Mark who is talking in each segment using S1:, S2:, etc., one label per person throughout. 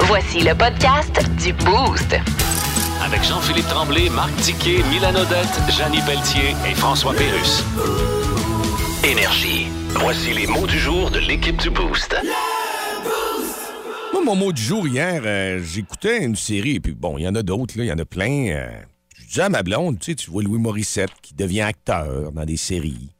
S1: Voici le podcast du Boost.
S2: Avec Jean-Philippe Tremblay, Marc Tiquet, Milan Odette, Janine Pelletier et François Pérus. Énergie. Voici les mots du jour de l'équipe du Boost.
S3: Moi, mon mot du jour hier, euh, j'écoutais une série, et puis bon, il y en a d'autres, là, il y en a plein. euh, je disais à ma blonde, tu sais, tu vois Louis Morissette qui devient acteur dans des séries.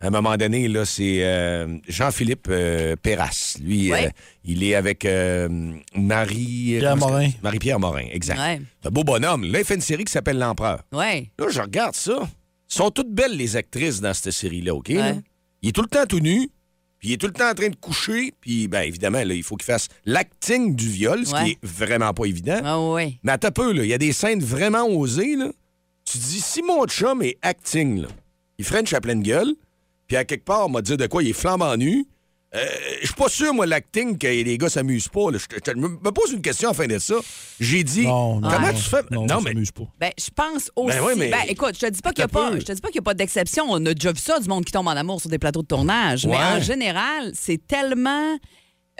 S3: À un moment donné, là, c'est euh, Jean-Philippe euh, Perras. Lui,
S4: Ouais.
S3: euh, il est avec euh, Marie... euh,
S5: Pierre
S3: comment est-ce
S5: Morin.
S3: que- Marie-Pierre Morin, exact.
S4: Ouais.
S3: C'est un beau bonhomme. Là, il fait une série qui s'appelle L'Empereur.
S4: Ouais.
S3: Là, je regarde ça. Elles sont toutes belles, les actrices, dans cette série-là, OK? là?
S4: Ouais.
S3: Il est tout le temps tout nu, puis il est tout le temps en train de coucher, puis, bien, évidemment, là, il faut qu'il fasse l'acting du viol, ce
S4: Ouais.
S3: qui est vraiment pas évident.
S4: Ah ouais.
S3: Mais attends un peu, là, il y a des scènes vraiment osées, là. Tu te dis, si mon chum est acting, là, il French à pleine gueule, puis à quelque part, on m'a dit de quoi, il est flambant nu. Euh, je suis pas sûr, moi, l'acting, que les gars s'amusent pas. là. Je te- je me me pose une question en fin de ça. J'ai dit,
S5: Non, non,
S3: comment
S5: non,
S3: tu fais...
S5: Non,
S3: non
S5: ça
S3: mais
S5: s'amuse pas.
S4: Ben, je pense aussi.
S3: Ben oui, mais-
S4: Ben, écoute, je te dis pas qu'il y a
S3: T'as
S4: pas,
S3: peu.
S4: je te dis pas qu'il y a pas d'exception. On a déjà vu ça du monde qui tombe en amour sur des plateaux de tournage.
S3: Ouais.
S4: Mais en général, c'est tellement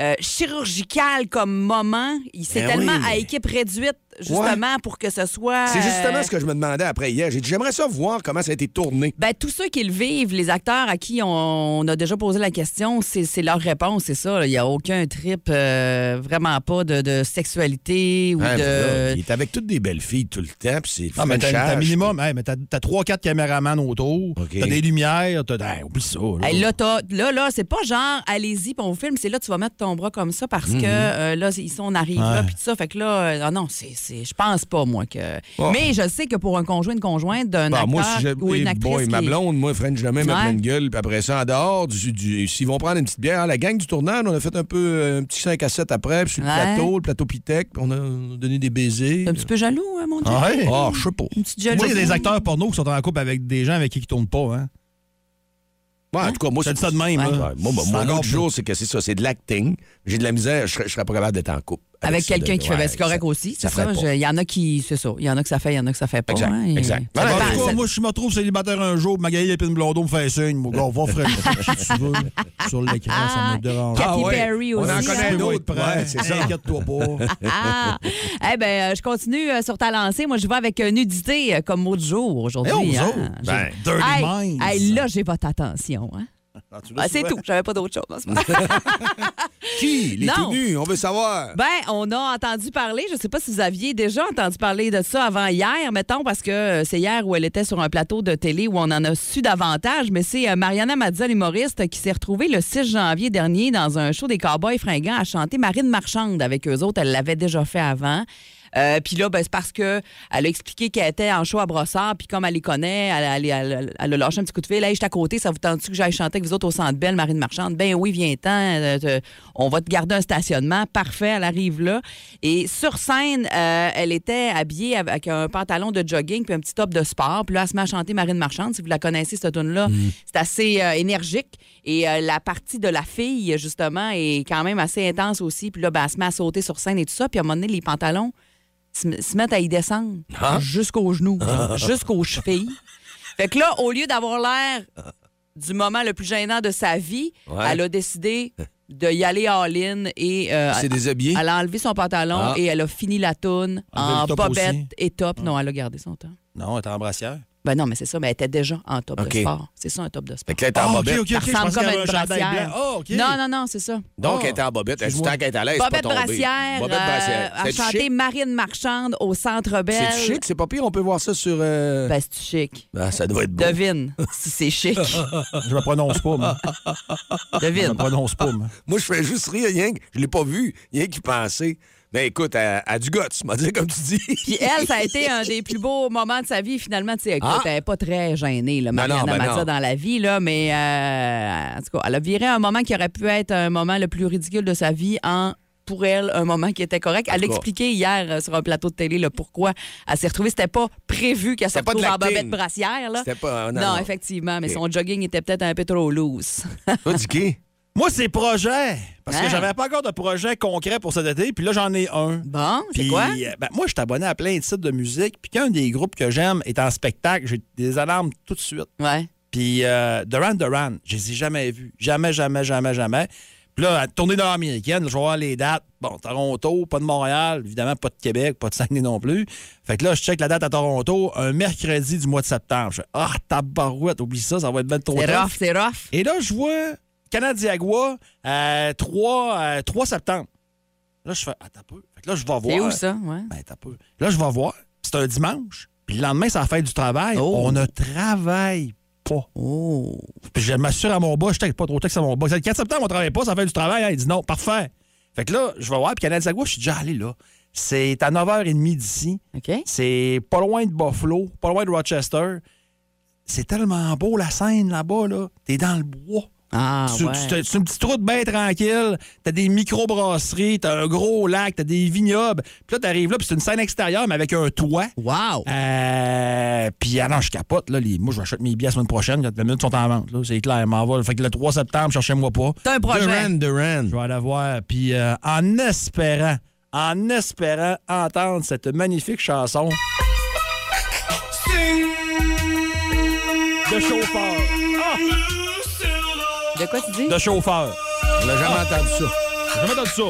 S4: euh, chirurgical comme moment. Il- C'est
S3: Ben
S4: tellement
S3: oui, mais-
S4: à équipe réduite justement pour que ce soit.
S3: C'est justement
S4: euh,
S3: ce que je me demandais après hier. J'ai dit, j'aimerais ça voir comment ça a été tourné.
S4: Ben, tous ceux qui le vivent, les acteurs à qui on, on a déjà posé la question, c'est c'est leur réponse, c'est ça. là. Il n'y a aucun trip, euh, vraiment pas de, de sexualité ou
S3: Hein, voilà.
S4: Ben de.
S3: Il est avec toutes des belles filles tout le temps, puis c'est
S5: Non, Ah, mais t'as t'as
S3: Frenchage.
S5: minimum. hey, mais t'as t'as trois, quatre caméramans autour.
S3: OK.
S5: T'as des lumières. T'as. hey, oublie ça. Là,
S4: Hey, là,
S3: Oh.
S4: t'as- là, là, c'est pas genre, allez-y, puis on vous filme, c'est là, tu vas mettre ton bras comme ça
S3: Mhm.
S4: parce que euh, là, ils sont, on arrive là,
S5: Ouais.
S4: puis tout ça. Fait que là, euh, ah non, c'est, c'est- je pense pas, moi, que.
S3: Oh.
S4: Mais je sais que pour un conjoint, une conjointe d'un
S3: Bah,
S4: acteur
S3: moi, si j'ai-
S4: ou une
S3: eh
S4: actrice.
S3: boy, ma
S4: qui-
S3: blonde, moi, French jamais ma
S4: Ouais.
S3: pleine gueule, puis après ça, en dehors, du, du- s'ils vont prendre une petite bière, la gang du tournage, on a fait un peu euh, un petit 5 à 7 après, puis sur le
S4: Ouais.
S3: plateau, le plateau Pitec, puis on a donné des baisers.
S4: T'es un petit peu jaloux, hein, mon Dieu?
S5: Ah ouais?
S3: Oh, je sais pas.
S4: Une petite Hein?
S5: Tu sais,
S4: jalousie.
S5: il y a des acteurs porno qui sont en couple avec des gens avec qui ils tournent pas. Hein?
S3: Ouais, en tout cas, moi,
S5: Ça
S3: c'est
S5: dit ça de même.
S4: Ouais.
S5: là.
S3: Ouais, moi, moi,
S5: C'est
S3: mon
S5: encore
S3: autre jour, c'est que c'est ça, c'est de l'acting. J'ai de la misère, je serais, je serais pas capable d'être en couple.
S4: Avec
S3: ça,
S4: quelqu'un
S3: de-
S4: qui fait, ben,
S3: ouais,
S4: c'est correct
S3: ça-
S4: aussi.
S3: ça
S4: c'est ça.
S3: ferait pas.
S4: Je- Il y en a qui, c'est ça. Il y en a que ça fait, il y en a que ça fait pas.
S3: Exact,
S4: hein, et-
S3: exact.
S4: Ça
S5: Ben,
S3: Voilà,
S4: dépend,
S5: en tout
S4: ça-
S5: cas, moi, si je me trouve célibataire un jour, Magali Lépine Blondeau me fait un signe. Mon gars, va frère, si tu veux, sur l'écran, ça me dérange.
S4: Katy
S5: Ah,
S3: ouais,
S4: Perry
S3: on
S4: aussi.
S3: en connaît
S4: hein.
S3: un autre. Ouais, c'est
S5: c'est
S3: ça.
S5: ça. Inquiète-toi pas.
S4: Ah! Eh ben, euh, je continue euh, sur ta lancée. Moi, je vais avec euh, nudité euh, comme mot du jour aujourd'hui.
S5: Eh, on vous
S4: hein.
S5: autres,
S4: J'ai-
S3: ben,
S5: Dirty
S4: Hey,
S5: Minds.
S4: hey, là, j'ai votre attention. hein. Ah, c'est tout. J'avais pas d'autre chose. en ce moment.
S3: Qui? Les
S4: Non.
S3: tout nus, on veut savoir.
S4: ben, on a entendu parler, je sais pas si vous aviez déjà entendu parler de ça avant hier, mettons, parce que euh, c'est hier où elle était sur un plateau de télé où on en a su davantage, mais c'est euh, Mariana Mazza, l'humoriste, qui s'est retrouvée le 6 janvier dernier dans un show des Cowboys fringants à chanter Marine Marchande avec eux autres. Elle l'avait déjà fait avant. Euh, puis là, ben, c'est parce que elle a expliqué qu'elle était en show à brossard, puis comme elle les connaît, elle, elle- elle- elle a lâché un petit coup de fil. Hey, je suis à côté, ça vous tente-tu que j'aille chanter avec vous autres au Centre Belle, Marine Marchande? Ben oui, viens-t'en, euh, te- on va te garder un stationnement. Parfait, elle arrive là. Et sur scène, euh, elle était habillée avec un pantalon de jogging puis un petit top de sport. Puis là, elle se met à chanter Marine Marchande. Si vous la connaissez, cette tune-là,
S6: Mm.
S7: Mm.
S4: c'est assez euh, énergique. Et euh, la partie de la fille, justement, est quand même assez intense aussi. Puis là, ben, elle se met à sauter sur scène et tout ça. Puis à un moment donné, les pantalons se se mettent à y descendre
S8: Ah.
S5: Hein?
S4: jusqu'aux genoux, jusqu'aux chevilles. Fait que là, au lieu d'avoir l'air du moment le plus gênant de sa vie,
S3: Ouais.
S4: elle a décidé de y aller all-in et euh,
S3: C'est déshabillé.
S4: elle a enlevé son pantalon
S3: Ah.
S4: et elle a fini la toune
S5: Enlevé
S4: en
S5: le top
S4: bobette
S5: aussi.
S4: et top. Non, elle a gardé son top.
S5: Non, t'es en brassière.
S4: Ben non, mais c'est ça, mais elle était déjà en top
S3: OK.
S4: de sport. C'est ça, un top de sport.
S3: Fait que là, elle est en
S5: Ah,
S3: bobette.
S5: OK, OK, OK.
S4: Ça
S5: je
S4: ressemble
S5: pensais
S4: comme
S5: qu'il y avait
S4: une
S5: un chandail
S4: brassière.
S5: blanc. Ah, OK.
S4: Non, non, non, c'est ça.
S3: Donc,
S5: Ah.
S3: elle est en bobette. Elle dit
S5: Excuse-moi.
S3: tant qu'elle est à l'aise, c'est pas
S4: Bobette
S3: tombée.
S4: Brassière,
S3: Bobette Brassière.
S4: euh, a
S3: C'est
S4: chanté
S3: chic.
S4: Marine Marchande au Centre Belle.
S3: C'est chic, c'est pas pire. On peut voir ça sur... euh,
S4: Ben, c'est chic.
S3: ah, ça doit être beau.
S4: Devine si c'est chic.
S5: Je me prononce pas, moi. Je
S4: Devine.
S5: me prononce pas, moi.
S3: Moi, je fais juste rire, rien que je l'ai pas vu, rien qui pensait. Mais Ben, écoute, elle elle a du guts, m'a dit comme tu dis.
S4: Puis elle, ça a été un des plus beaux moments de sa vie. Finalement, tu sais, écoute,
S3: Ah.
S4: elle n'est pas très gênée, là,
S3: Ben non,
S4: Mariana
S3: ben
S4: Mazza,
S3: non.
S4: dans la vie, là, mais euh, en tout cas, elle a viré un moment qui aurait pu être un moment le plus ridicule de sa vie en pour elle un moment qui était correct. Elle
S3: tout cas.
S4: expliquait hier euh, sur un plateau de télé le pourquoi elle s'est retrouvée. C'était pas prévu qu'elle se
S3: C'était pas de
S4: retrouve en
S3: l'acting.
S4: bobette brassière. Là.
S3: C'était pas-
S4: non,
S3: non, non.
S4: effectivement, mais
S3: Ok.
S4: son jogging était peut-être un peu trop loose.
S3: Toi, Dicky?
S5: Moi, c'est projet. Parce
S4: Hein?
S5: que j'avais pas encore de projet concret pour cet été, puis là, j'en ai un.
S4: Bon, c'est
S5: Puis,
S4: quoi?
S5: euh, ben, moi, je suis abonné à plein de sites de musique. Puis quand un des groupes que j'aime est en spectacle, j'ai des alarmes tout de suite.
S4: Ouais.
S5: Puis euh, Duran Duran, je les ai jamais vus. Jamais, jamais, jamais, jamais. Puis là, à tournée nord-américaine, je vais voir les dates. Bon, Toronto, pas de Montréal, évidemment, pas de Québec, pas de Saguenay non plus. Fait que là, je check la date à Toronto, un mercredi du mois de septembre. Je fais, ah, tabarouette, oublie ça, ça va être bien trop
S4: C'est
S5: tough.
S4: rough, c'est rough.
S5: Et là, je vois Canadiagua euh, 3, euh, 3 septembre. Là, je fais, ah, t'as peu. Fait que là, je vais voir.
S4: C'est où ça? Ouais.
S5: Ben, t'as peu. Là, je vais voir. C'est un dimanche. Puis le lendemain, c'est la fête du travail.
S4: Oh.
S5: On ne travaille pas.
S4: Oh.
S5: Puis je m'assure à mon boss, je texte pas trop texte à mon boss. Le 4 septembre, on travaille pas, ça fait du travail. hein. Il dit non, parfait. Fait que là, je vais voir. Puis Canal Zagua, je suis déjà allé là. C'est à 9h30 d'ici.
S4: OK.
S5: C'est pas loin de Buffalo, pas loin de Rochester. C'est tellement beau la scène là-bas, là. T'es dans le bois.
S4: Ah,
S5: Tu-
S4: ouais.
S5: tu- t'as- C'est une petite route bien tranquille. T'as des micro-brasseries, t'as un gros lac, t'as des vignobles. Puis là, t'arrives là, puis c'est une scène extérieure, mais avec un toit.
S4: Wow.
S5: Euh, puis ah non, je capote. Là, les, moi, je vais acheter mes billets la semaine prochaine. quand Les minutes sont en vente. là, C'est clair, elle m'en va. Fait que le 3 septembre, cherchez-moi pas.
S4: T'as un projet.
S3: Duran.
S5: Je vais aller voir. Puis euh, en espérant, en espérant entendre cette magnifique chanson. De chauffeur. Ah!
S4: De quoi tu dis?
S5: De chauffeur.
S3: On n'a jamais entendu ça.
S5: T'as jamais entendu ça.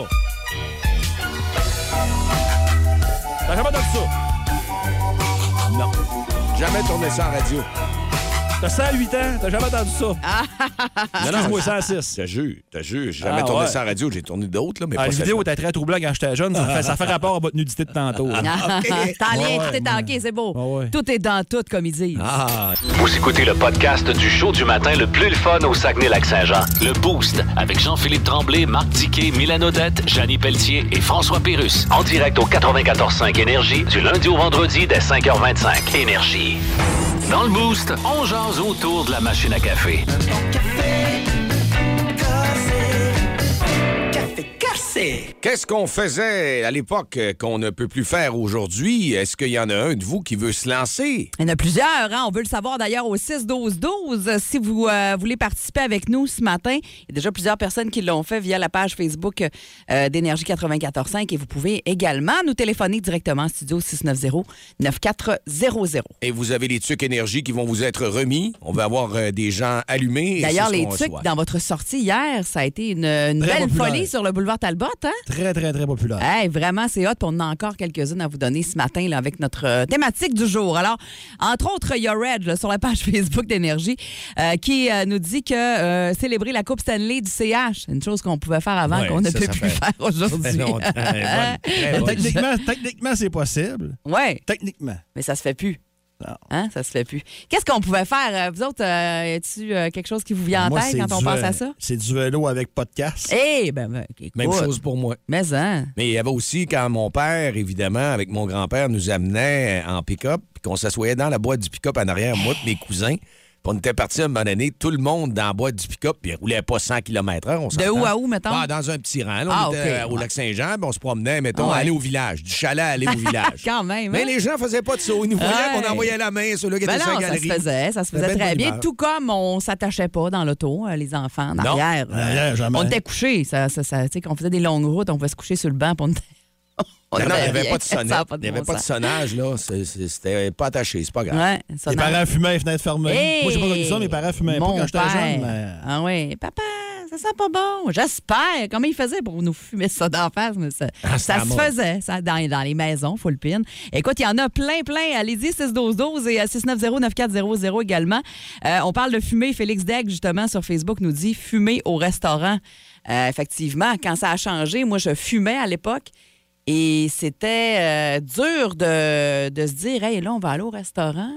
S5: T'as jamais entendu ça.
S3: Jamais tourné ça en radio.
S5: T'as 108 ans, t'as jamais entendu ça.
S4: Ah!
S3: Non,
S5: Excuse-moi,
S3: ça.
S5: 106.
S3: T'as jure, t'as jure. J'ai jamais
S5: Ah,
S3: tourné
S5: ouais.
S3: ça en radio. J'ai tourné d'autres, là, mais
S5: Ah,
S3: pas
S5: la vidéo était très troublant quand j'étais jeune. Ça fait, ça fait rapport à votre nudité de tantôt. hein.
S4: Ah, T'as rien, tout est tanké, c'est beau.
S5: Ouais, ouais.
S4: Tout est dans tout, comme ils disent.
S2: Vous écoutez le podcast du show du matin le plus le fun au Saguenay-Lac-Saint-Jean. Le Boost avec Jean-Philippe Tremblay, Marc Diquet, Milan Odette, Janine Pelletier et François Pérus. En direct au 94.5 Énergie du lundi au vendredi dès 5h25. Énergie. Dans le Boost, on jase autour de la machine à café.
S3: Qu'est-ce qu'on faisait à l'époque euh, qu'on ne peut plus faire aujourd'hui? Est-ce qu'il y en a un de vous qui veut se lancer?
S4: Il y en a plusieurs, hein? on veut le savoir d'ailleurs au 6-12-12. Si vous euh, voulez participer avec nous ce matin, il y a déjà plusieurs personnes qui l'ont fait via la page Facebook euh, d'Énergie 94.5 et vous pouvez également nous téléphoner directement en studio 690-9400.
S3: Et vous avez les trucs énergie qui vont vous être remis. On va avoir euh, des gens allumés. et
S4: D'ailleurs,
S3: c'est ce
S4: les
S3: qu'on
S4: trucs
S3: reçoit.
S4: dans votre sortie hier, ça a été une, une
S5: Très
S4: belle
S5: populaire.
S4: folie sur le boulevard Talbot, hein?
S5: Très, très, très populaire.
S4: Hey, vraiment, c'est hot. puis On en a encore quelques-unes à vous donner ce matin là, avec notre euh, thématique du jour. Alors, entre autres, Your Red là, sur la page Facebook d'Énergie euh, qui euh, nous dit que euh, célébrer la Coupe Stanley du CH, une chose qu'on pouvait faire avant,
S3: Ouais,
S4: qu'on ne
S3: ça,
S4: peut
S3: ça
S4: plus
S3: fait-
S4: faire aujourd'hui.
S5: Mais techniquement, techniquement, c'est possible.
S4: ouais,
S5: Techniquement.
S4: mais ça se fait plus. Hein, ça se fait plus. Qu'est-ce qu'on pouvait faire? euh, Vous autres, euh, y a-tu euh, quelque chose qui vous vient en
S5: Moi,
S4: tête
S5: c'est
S4: quand on
S5: du,
S4: pense à
S5: euh,
S4: ça?
S5: C'est du vélo avec podcast.
S4: Eh, ben, ben, écoute,
S3: pour moi.
S4: Mais, hein,
S3: Mais il y avait aussi quand mon père, évidemment, avec mon grand-père, nous amenait en pick-up, puis qu'on s'assoyait dans la boîte du pick-up en arrière, moi et mes cousins. Puis on était partis à un moment donné, tout le monde dans la boîte du pick-up, puis il roulait pas 100 km h
S4: De où à où, mettons?
S3: dans un petit rang. là.
S4: Ah,
S3: on était
S4: OK.
S3: euh, au Lac-Saint-Jean, puis on se promenait, mettons,
S4: Ah ouais.
S3: aller au village, du chalet à aller au village.
S4: quand même.
S3: Mais
S4: hein?
S3: les gens faisaient pas de saut. Ils nous voyaient,
S4: Ouais.
S3: puis on envoyait la main sur le gars qui
S4: Ben
S3: était sur
S4: non,
S3: la
S4: ça se
S3: galerie.
S4: faisait, ça se
S3: La
S4: faisait
S3: belle
S4: très
S3: bonne
S4: bien.
S3: humeur.
S4: Tout comme on s'attachait pas dans l'auto, euh, les enfants, en
S3: Non.
S4: arrière. euh,
S5: En arrière, jamais.
S4: On était couchés. Ça, ça, ça- tu sais, quand on faisait des longues routes, on pouvait se coucher sur le banc. puis on était- on
S3: Non, non, il n'y
S4: avait
S3: avait
S4: rien.
S3: pas de
S4: Ça a
S3: sonnette. Il n'y
S4: bon
S3: avait pas de
S4: sens.
S3: sonnage, là. C'est- c'est- C'était pas attaché, c'est pas grave.
S4: Ouais,
S5: Les
S4: sonnage.
S5: parents fumaient, fenêtres fermées.
S4: Hey!
S5: Moi, j'ai pas connu ça, mes parents fumaient
S4: Mon
S5: pas quand j'étais
S4: père.
S5: jeune. mais-
S4: Ah oui, papa, ça sent pas bon. J'espère. Comment il faisait pour nous fumer ça d'en face? mais ça ça
S3: à
S4: se
S3: mort.
S4: faisait ça, dans, dans les maisons, full pin. Écoute, il y en a plein, plein. Allez-y, 612-12 et euh, 690-9400 également. Euh, on parle de fumer. Félix Degg, justement, sur Facebook, nous dit fumer au restaurant. Euh, effectivement, quand ça a changé, moi, je fumais à l'époque. Et c'était euh, dur de, de se dire, hey, là, on va aller au restaurant.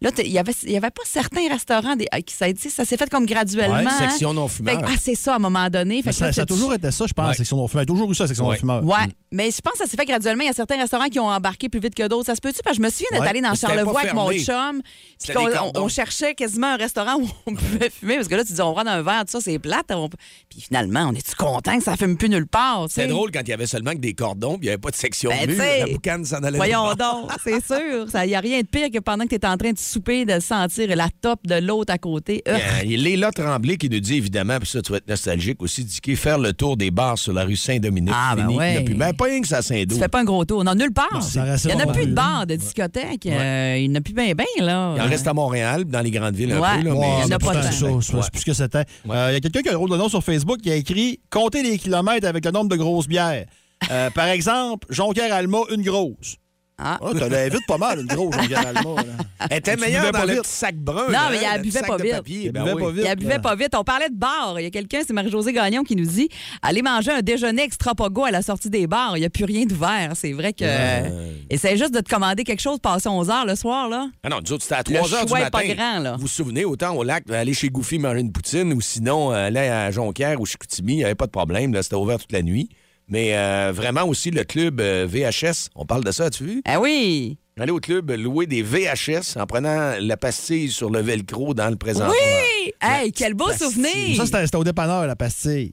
S4: Là, t'es- il n'y avait, il y avait pas certains restaurants des- euh, qui ça, tu sais, ça s'est fait comme graduellement.
S3: Ouais,
S4: hein.
S3: section non-fumeur.
S4: Fait que- Ah, c'est ça, à un moment donné. Fait
S5: Mais
S4: que là,
S5: ça, ça a
S4: t'as-
S5: toujours été ça, je pense, la
S3: Ouais.
S5: section non fumeur. Il y a toujours eu ça, la section
S3: Ouais.
S5: non fumeur. Mm.
S4: Ouais, mais je pense que ça s'est fait graduellement. Il y a certains restaurants qui ont embarqué plus vite que d'autres. Ça se peut-tu? Parce que je me souviens d'être
S5: Ouais,
S4: allée dans
S3: mais c'était
S4: Charlevoix
S3: pas
S4: avec mon
S3: fermé.
S4: chum. Puis
S3: C'était
S4: qu'on-
S3: des
S4: on,
S3: cordons.
S4: on cherchait quasiment un restaurant où on pouvait fumer. Parce que là, tu dis, on rentre un verre, tout ça, c'est plate. On- Puis finalement, on est-tu content que ça fume plus nulle part? tu sais?
S3: C'est drôle quand il y avait seulement que des cordons, puis il n'y avait pas de section
S4: Ben,
S3: mur.
S4: t'sais,
S3: La boucane s'en allait.
S4: Voyons
S3: nulle part.
S4: donc, c'est sûr. Il n'y a rien de pire que pendant que tu es en train de souper, de sentir la top de l'autre à côté. Euh,
S3: Euh, Il est là Tremblay qui nous dit évidemment, puis ça, tu vas être nostalgique aussi, Dicky, faire le tour des bars sur la rue Saint-Dominique.
S4: Ah, ben
S3: Fini.
S4: ouais.
S3: Il y a plus- ben, pas rien que ça saint
S4: tu
S3: dos
S4: fais pas un gros tour. Non, nulle part.
S5: ça reste
S4: Il n'y en a
S5: pas
S4: plus de
S5: mal.
S4: bars, de discothèques. Euh, il n'y en a plus bien, bien, là.
S3: Il en reste à Montréal, puis dans les grandes villes un
S4: Ouais.
S3: peu. Là,
S4: Ouais,
S3: mais-
S4: il y en a
S5: c'est
S4: pas
S5: tant
S4: tant.
S5: que ça, c'est
S3: Ouais.
S5: c'est plus ce que c'était. Euh, Il y a quelqu'un qui a un drôle de nom sur Facebook qui a écrit Comptez les kilomètres avec le nombre de grosses bières. Euh, par exemple, Jonquière Alma, une grosse.
S4: Ah.
S5: Ouais, t'en avais vite pas mal, une grosse Jonquière Alma. là.
S3: Elle était
S5: Tu
S3: meilleure
S5: buvais
S3: dans
S5: pas
S3: le
S5: vite.
S3: petit sac brun.
S4: Non,
S3: là,
S4: mais il
S3: hein,
S4: la
S3: le
S4: buvait
S3: petit
S4: pas
S3: sac de
S4: vite.
S3: papier.
S5: Elle
S3: Ben
S5: buvait
S3: oui.
S5: pas vite.
S4: Il la buvait pas vite. On parlait de bar. Il y a quelqu'un, c'est Marie-Josée Gagnon, qui nous dit Allez manger un déjeuner extrapogo à la sortie des bars. Il n'y a plus rien d'ouvert. C'est vrai que. Essaye juste de te commander quelque chose, passer 11 h le soir, là.
S3: Ah non, nous autres, c'était à
S4: Le
S3: 3 heures du
S4: choix est
S3: matin.
S4: pas grand, là.
S3: Vous vous souvenez, autant au lac, aller chez Goofy manger une poutine, ou sinon euh, aller à Jonquière ou Chicoutimi, il n'y avait pas de problème. là, C'était ouvert toute la nuit. Mais euh, vraiment aussi, le club euh, VHS, on parle de ça, as-tu vu?
S4: Ah oui!
S3: Aller au club louer des VHS en prenant la pastille sur le velcro dans le présent.
S4: Oui! Hey, quel beau souvenir!
S5: Ça, c'était c'était au dépanneur, la pastille.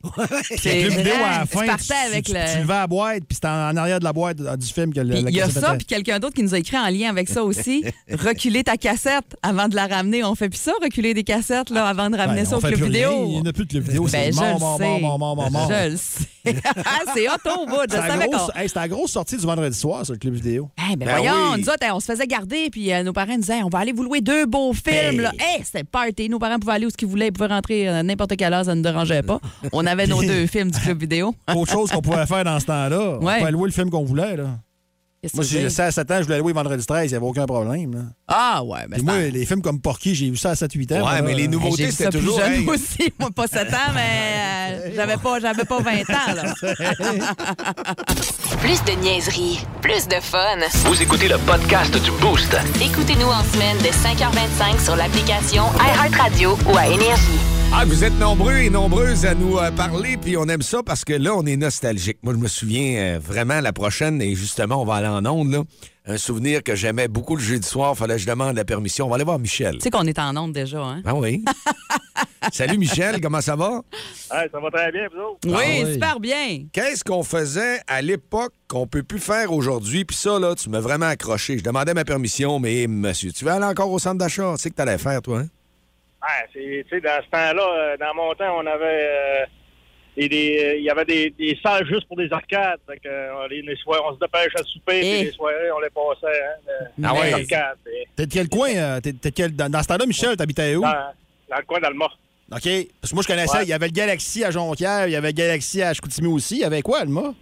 S4: C'est
S5: Le
S4: vrai.
S5: vidéo à la
S4: Tu
S5: fin.
S4: partais avec
S5: tu,
S4: le-
S5: tu levais à la boîte, puis c'était en, en arrière de la boîte euh, du film que le.
S4: Puis
S5: la
S4: il y a
S5: cassette
S4: ça,
S5: était.
S4: puis quelqu'un d'autre qui nous a écrit en lien avec ça aussi. reculer ta cassette avant de la ramener. On fait plus ça, reculer des cassettes là, avant de ramener
S5: Ben,
S4: ça
S5: on
S4: au
S5: fait
S4: club
S5: plus
S4: vidéo.
S5: rien, Il n'y en a plus de club vidéo.
S4: Ben,
S5: C'est
S4: je
S5: mort,
S4: le
S5: mort,
S4: sais.
S5: mort, mort, mort, mort, mort.
S4: Je le sais. Ah, c'est hot au bout. Je
S5: C'était la
S4: savais qu'on...
S5: grosse- hey, c'était la grosse sortie du vendredi soir sur le club vidéo.
S4: Eh ben,
S3: Ben
S4: voyons,
S3: oui.
S4: nous autres, hein, on se faisait garder, puis euh, nos parents nous disaient, on va aller vous louer deux beaux films. là.
S3: Ben.
S4: Hey, c'était party. Nos parents pouvaient aller où ce qu'ils voulaient, ils pouvaient rentrer à n'importe quelle heure, ça ne dérangeait pas. On avait nos deux films du club vidéo.
S5: Autre chose qu'on pouvait faire dans ce temps-là, on
S4: Ouais.
S5: pouvait louer le film qu'on voulait. Là.
S4: Qu'est-ce
S5: Moi,
S4: que tu
S5: j'ai
S4: veux?
S5: ça à 7 ans, je voulais louer vendredi 13, il n'y avait aucun problème. là.
S4: Ah ouais, ben,
S5: Puis
S4: c'est
S5: moi,
S4: pas-
S5: les films comme Porky, j'ai eu ça à 7-8 ans.
S3: hein? Ouais,
S5: moi,
S3: mais
S5: là.
S3: les
S4: Hey,
S3: nouveautés,
S4: j'ai vu ça
S3: c'était
S4: plus
S3: toujours.
S4: jeune
S3: hey,
S4: aussi. Moi, pas 7 ans, mais euh, j'avais pas, j'avais pas 20 ans. Là.
S1: Plus de niaiserie, plus de fun.
S2: Vous écoutez le podcast du Boost.
S1: Écoutez-nous en semaine de 5h25 sur l'application iHeartRadio ou à Énergie.
S3: Ah, vous êtes nombreux et nombreuses à nous euh, parler, puis on aime ça parce que là, on est nostalgique. Moi, je me souviens euh, vraiment la prochaine, et justement, on va aller en onde, là. Un souvenir que j'aimais beaucoup le jeudi soir, fallait que je demande la permission. On va aller voir Michel.
S4: tu sais qu'on est en onde déjà, hein?
S3: Ah oui. Salut Michel, comment ça va?
S9: Hey, ça va très bien, vous autres?
S4: Oui,
S3: Ah
S5: oui.
S4: super bien.
S3: Qu'est-ce qu'on faisait à l'époque qu'on peut plus faire aujourd'hui? Puis ça, là, tu m'as vraiment accroché. Je demandais ma permission, mais monsieur, tu vas aller encore au centre d'achat? Tu sais que t'allais faire, toi, hein?
S9: Ouais, c'est, tu sais, dans ce temps-là, euh, dans mon temps, on avait euh, des, des, euh, il y avait des, des salles juste pour des arcades. Fait que, euh, on, les, les soirs, on se dépêche à souper,
S4: Eh.
S9: puis les soirées, on les passait hein, de-
S4: Ah ouais.
S9: dans les arcades. Et
S5: T'es de quel coin? euh, t'es- t'es de quel- Dans, dans ce temps-là, Michel, t'habitais où?
S9: dans, dans le coin d'Alma.
S5: OK. Parce que moi, je connaissais,
S9: Ouais.
S5: il y avait le Galaxy à Jonquière, il y avait le Galaxy à Chicoutimi aussi. Il y avait quoi, Alma?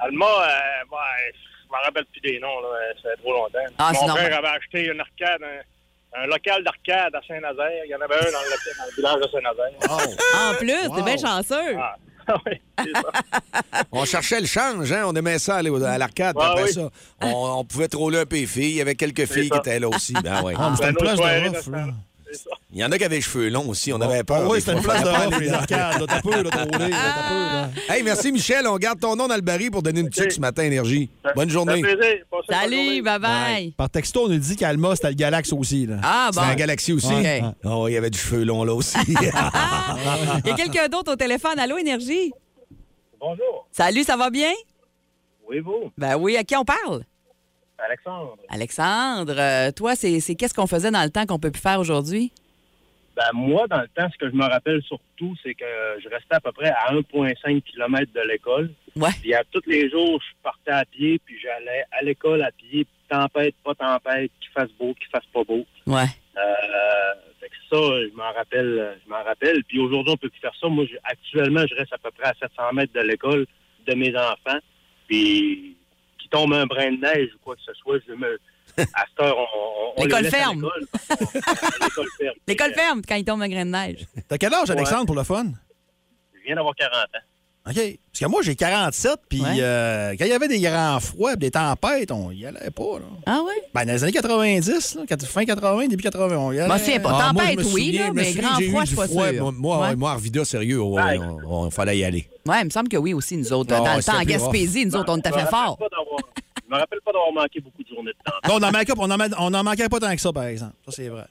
S9: Alma, euh, ouais, je m'en rappelle plus des noms, là, euh, ça fait trop longtemps.
S4: Ah, c'est
S9: mon frère
S4: normal.
S9: avait acheté une arcade, un, un local d'arcade à Saint-Nazaire. Il y en avait un dans le, dans le village de Saint-Nazaire.
S4: En plus, t'es
S5: Wow.
S4: bien chanceux.
S9: Ah, oui, c'est ça.
S3: On cherchait le change, hein? On aimait ça aller au- à l'arcade. puis
S9: Ah
S3: après
S9: oui.
S3: ça, on, on pouvait troller un peu les filles. Il y avait quelques filles qui
S9: ça.
S3: étaient là aussi. Ben ouais.
S5: Ah, mais c'était
S9: Ben,
S5: une place
S9: nos soirées
S5: de
S9: de
S5: rough,
S9: temps.
S5: là.
S9: C'est ça.
S3: Il y en a qui avaient les cheveux longs aussi. On avait peur.
S5: Ah oui,
S3: des
S5: c'était
S3: fois.
S5: une place de rough, les arcades. là. T'as peu, là, t'as roulé, là, t'as peu, là.
S3: Hey, merci Michel. On garde ton nom dans le baril pour donner une check ce matin, Énergie. Bonne journée.
S9: Ça fait plaisir. Passez une bonne
S4: Salut,
S9: journée.
S4: bye bye.
S5: Par texto, on nous dit qu'Alma, c'était le Galax aussi. Là.
S4: Ah
S3: C'est
S4: bon.
S3: dans la galaxie aussi.
S4: Ouais.
S3: Oh, il y avait du cheveux long là aussi.
S4: Il y a quelqu'un d'autre au téléphone. Allô, Énergie?
S9: Bonjour.
S4: Salut, ça va bien?
S9: Oui, vous.
S4: Ben oui, à qui on parle?
S9: Alexandre.
S4: Alexandre, euh, toi, c'est c'est qu'est-ce qu'on faisait dans le temps qu'on peut plus faire aujourd'hui?
S9: Ben, moi, dans le temps, ce que je me rappelle surtout, c'est que je restais à peu près à 1,5 km de l'école.
S4: Ouais.
S9: Puis, à tous les jours, je partais à pied, puis j'allais à l'école à pied, tempête, pas tempête, qu'il fasse beau, qu'il fasse pas beau.
S4: Ouais.
S9: Euh, fait que ça, je m'en rappelle, je m'en rappelle. Puis aujourd'hui, on peut plus faire ça. Moi, je- actuellement, je reste à peu près à 700 mètres de l'école de mes enfants. Puis qui tombe un brin de neige ou quoi que ce soit, je me à cette heure, on, on- on
S4: L'école
S9: les laisse à
S4: ferme.
S9: l'école parce qu'on- L'école ferme.
S4: L'école ferme quand il tombe un grain de neige.
S5: T'as quel âge,
S9: Ouais.
S5: Alexandre, pour le fun?
S9: Je viens d'avoir 40 ans.
S5: OK. Parce que moi, j'ai 47, puis
S4: Ouais.
S5: euh, quand il y avait des grands froids pis des tempêtes, on y allait pas. Là.
S4: Ah ouais?
S5: Ben, dans les années 90, là, quand- fin 80, début 80, on y allait.
S4: Moi, Ben, c'est pas
S3: Ah, moi, je
S4: tempête,
S3: me
S4: oui,
S3: souviens-
S4: là,
S3: je me
S4: mais
S3: souviens
S4: grand
S3: que j'ai eu
S4: froid,
S3: du
S4: je suis pas
S3: froid.
S4: sûre.
S3: Moi, moi,
S4: ouais.
S3: moi, Arvida, sérieux, on,
S9: Ouais.
S3: on- on- fallait y aller.
S4: Ouais, il me semble que oui aussi, nous autres.
S5: Ah,
S3: Non,
S4: Dans le
S3: c'était
S4: temps, en
S3: plus rough.
S4: Gaspésie, nous autres, on t'a
S9: Je me
S4: fait
S9: rappelle
S4: fort.
S9: pas d'avoir- Je me rappelle pas d'avoir manqué beaucoup de journées de temps.
S5: Non, on n'en manquait, pas- on en man- on en manquait pas tant que ça, par exemple. Ça, c'est vrai.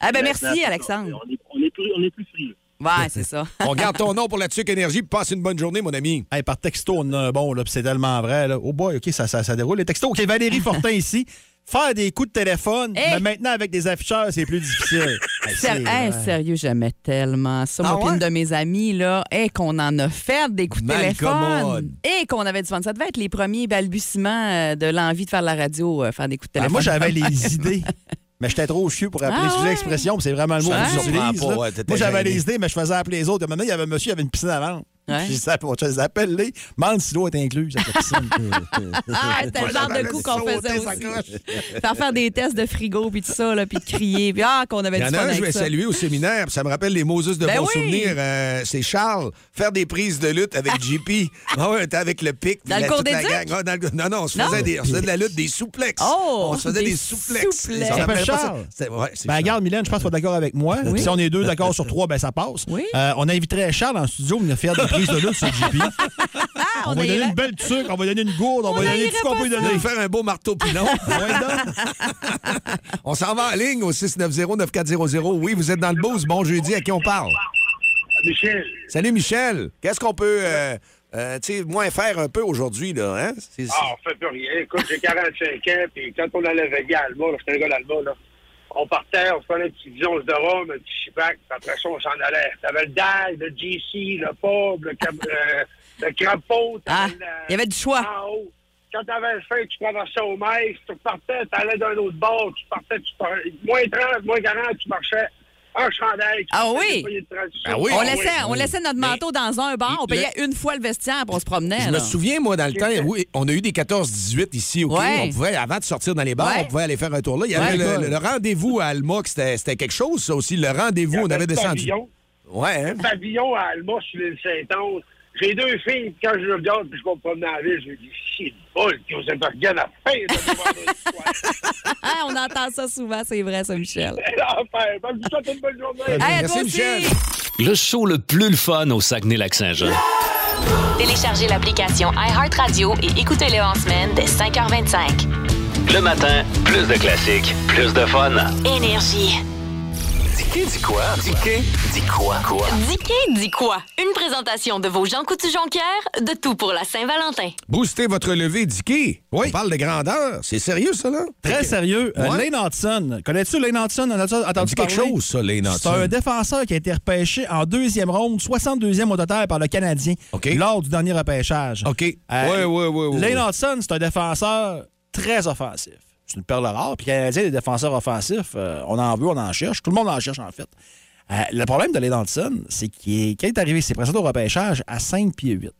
S4: Ah ben
S9: Maintenant,
S4: merci,
S9: c'est ça.
S4: Alexandre.
S9: On est, on est plus, on est plus frileux.
S4: Ouais, c'est ça.
S3: On garde ton nom pour la Tuc Énergie. Passe une bonne journée, mon ami.
S5: Hey, par texto, on en a un bon, là, puis c'est tellement vrai. Là. Oh boy, OK, ça, ça, ça déroule. Les textos, OK, Valérie Fortin ici. Faire des coups de téléphone,
S4: Hey!
S5: mais maintenant avec des afficheurs, c'est plus difficile. Hey, c'est
S4: Ser- hey,
S5: vrai.
S4: sérieux, j'aimais tellement ça.
S3: euh, Ah
S4: Moi, puis une
S3: ouais?
S4: de mes amies, là, hey, qu'on en a fait des coups de
S3: Man,
S4: téléphone.
S3: commode.
S4: Et qu'on avait du fun. Ça devait être les premiers balbutiements euh, de l'envie de faire de la radio, euh, faire des coups de
S3: Ah,
S5: Ben,
S4: téléphone.
S5: moi, j'avais les idées. Mais j'étais trop chieux pour appeler,
S4: Ah,
S5: excusez
S4: ouais.
S5: l'expression, mais c'est vraiment le mot
S3: Ça
S5: que
S3: nous
S5: j'utilise,
S3: surprend pas,
S5: là.
S3: ouais, t'étais
S5: Moi, j'avais
S3: gêné.
S5: les idées, mais je faisais appeler les autres. Et maintenant, il y avait un monsieur, il y avait une piscine avant.
S4: Ouais.
S5: Je disais, bon, je les appelle les. Mande si l'eau est incluse avec la piscine.
S4: Ah, c'était le genre de coup qu'on faisait aussi. Faire faire des tests de frigo, puis tout ça, là, puis de crier. Puis ah, qu'on avait
S3: Il y
S4: du fun
S3: en a un, je
S4: avec
S3: vais
S4: ça.
S3: saluer au séminaire. puis Ça me rappelle les Moses de
S4: Ben
S3: bons
S4: oui.
S3: souvenirs. Euh, c'est Charles. Faire des prises de lutte avec JP. Ah ouais, t'es avec le pic. puis
S4: Dans le
S3: la-
S4: cours
S3: toute
S4: des
S3: la
S4: ducs?
S3: gang. Ah, dans le- Non, non, on se
S4: Non?
S3: faisait, des, on se faisait de la lutte des souplexes.
S4: Oh,
S3: on se faisait
S4: des
S3: des, souplexes.
S4: souplexes.
S3: Ça
S5: Ça
S3: s'appelle
S5: s'appelle
S3: pas
S5: Charles.
S3: C'est- ouais, c'est
S5: Ben,
S3: Charles.
S5: regarde, Mylène, je pense que tu es d'accord avec moi. Puis Si on est deux d'accord sur trois, ben ça passe.
S4: Oui.
S5: Euh, on a invité Charles en studio, il a fait des prises de lutte sur JP.
S4: Ah,
S5: on, va
S4: a-
S5: donner une belle tuque, on va donner une gourde, on, va donner
S4: haïrait
S5: tout ce qu'on
S4: pas
S5: peut
S4: ça.
S3: On va
S5: donner.
S3: lui faire un beau marteau pinon. on s'en va en ligne au 690-9400. Oui, vous êtes dans le boost. Bon jeudi, à qui on parle?
S9: Michel,
S3: Salut Michel. Qu'est-ce qu'on peut euh, euh, tu sais, moins faire un peu aujourd'hui, là? Hein? C'est-
S9: ah, on fait plus rien. Écoute, j'ai 45 ans, puis quand on allait veiller à Alma, là, j'étais un gars d'Alma, là, on partait, on se prenait une petite once de rhum, un petit chipac, puis après ça, on s'en allait. T'avais le DAG, le GC, le pauvre, le, cab- euh, le crapaud.
S4: Ah,
S9: t'avais le-
S4: il y avait du choix.
S9: en haut. Quand t'avais faim, tu traversais au maïs, tu partais, t'allais d'un autre bord, tu partais, tu partais, moins 30, moins 40, tu marchais un chandail. tu
S4: Ah
S9: partais
S4: oui?
S9: des foyers de transition.
S3: Ah oui,
S4: on,
S3: ah
S4: laissait, on
S3: oui.
S4: laissait notre manteau dans un bar, on
S3: Le-
S4: payait une fois le vestiaire, puis on se promenait.
S3: Je
S4: Hein, là.
S3: me souviens, moi, dans le temps, oui, on a eu des 14-18 ici, OK?
S4: Ouais.
S3: On pouvait, avant de sortir dans les bars,
S4: Ouais.
S3: on pouvait aller faire un tour là. Il y avait
S4: Ouais.
S3: le, le- le rendez-vous à Alma, que c'était c'était quelque chose, ça aussi. Le rendez-vous, on avait
S9: Le
S3: descendu.
S9: pavillon,
S3: Ouais, hein?
S9: le pavillon à Alma sur l'île Saint-Anne. J'ai deux filles, puis quand je les regarde, puis je vais me promener dans la ville, je me dis, shit, bol, qui osait pas rien à faire de voir
S4: Ah, on entend ça souvent, c'est vrai, ça, Michel.
S9: l'enfer. Bonne journée, une bonne journée.
S4: Hey, à
S3: Merci,
S4: toi
S3: Michel.
S4: aussi.
S2: Le show le plus le fun au Saguenay-Lac-Saint-Jean.
S1: Téléchargez l'application iHeartRadio et écoutez-le en semaine dès 5h25.
S2: Le matin, plus de classiques, plus de fun.
S1: Énergie.
S2: Dis dit quoi? Dis dit quoi? Quoi?
S10: Dicky dit quoi? Une présentation de vos Jean Coutu-Jonquière, de tout pour la Saint-Valentin.
S3: Booster votre levée, Dicky. On parle de grandeur. C'est sérieux, ça, là?
S5: Très sérieux. Euh,
S3: Ouais.
S5: Lane Hudson. Connais-tu Lane Hudson? On a
S3: On
S5: entendu
S3: dit quelque
S5: parler?
S3: chose, ça, Lane
S5: C'est
S3: Hudson.
S5: un défenseur qui a été repêché en deuxième ronde, 62e au total par le Canadien,
S3: OK.
S5: lors du dernier repêchage.
S3: OK. Ouais, ouais, ouais, ouais,
S5: Lane
S3: ouais.
S5: Hudson, c'est un défenseur très offensif. C'est une perle rare. Puis, Canadien, les défenseurs offensifs, euh, on en veut, on en cherche. Tout le monde en cherche, en fait. Euh, le problème de Lane Hudson, c'est qu'il est, quand il est arrivé, c'est présenté au repêchage à 5 pieds 8.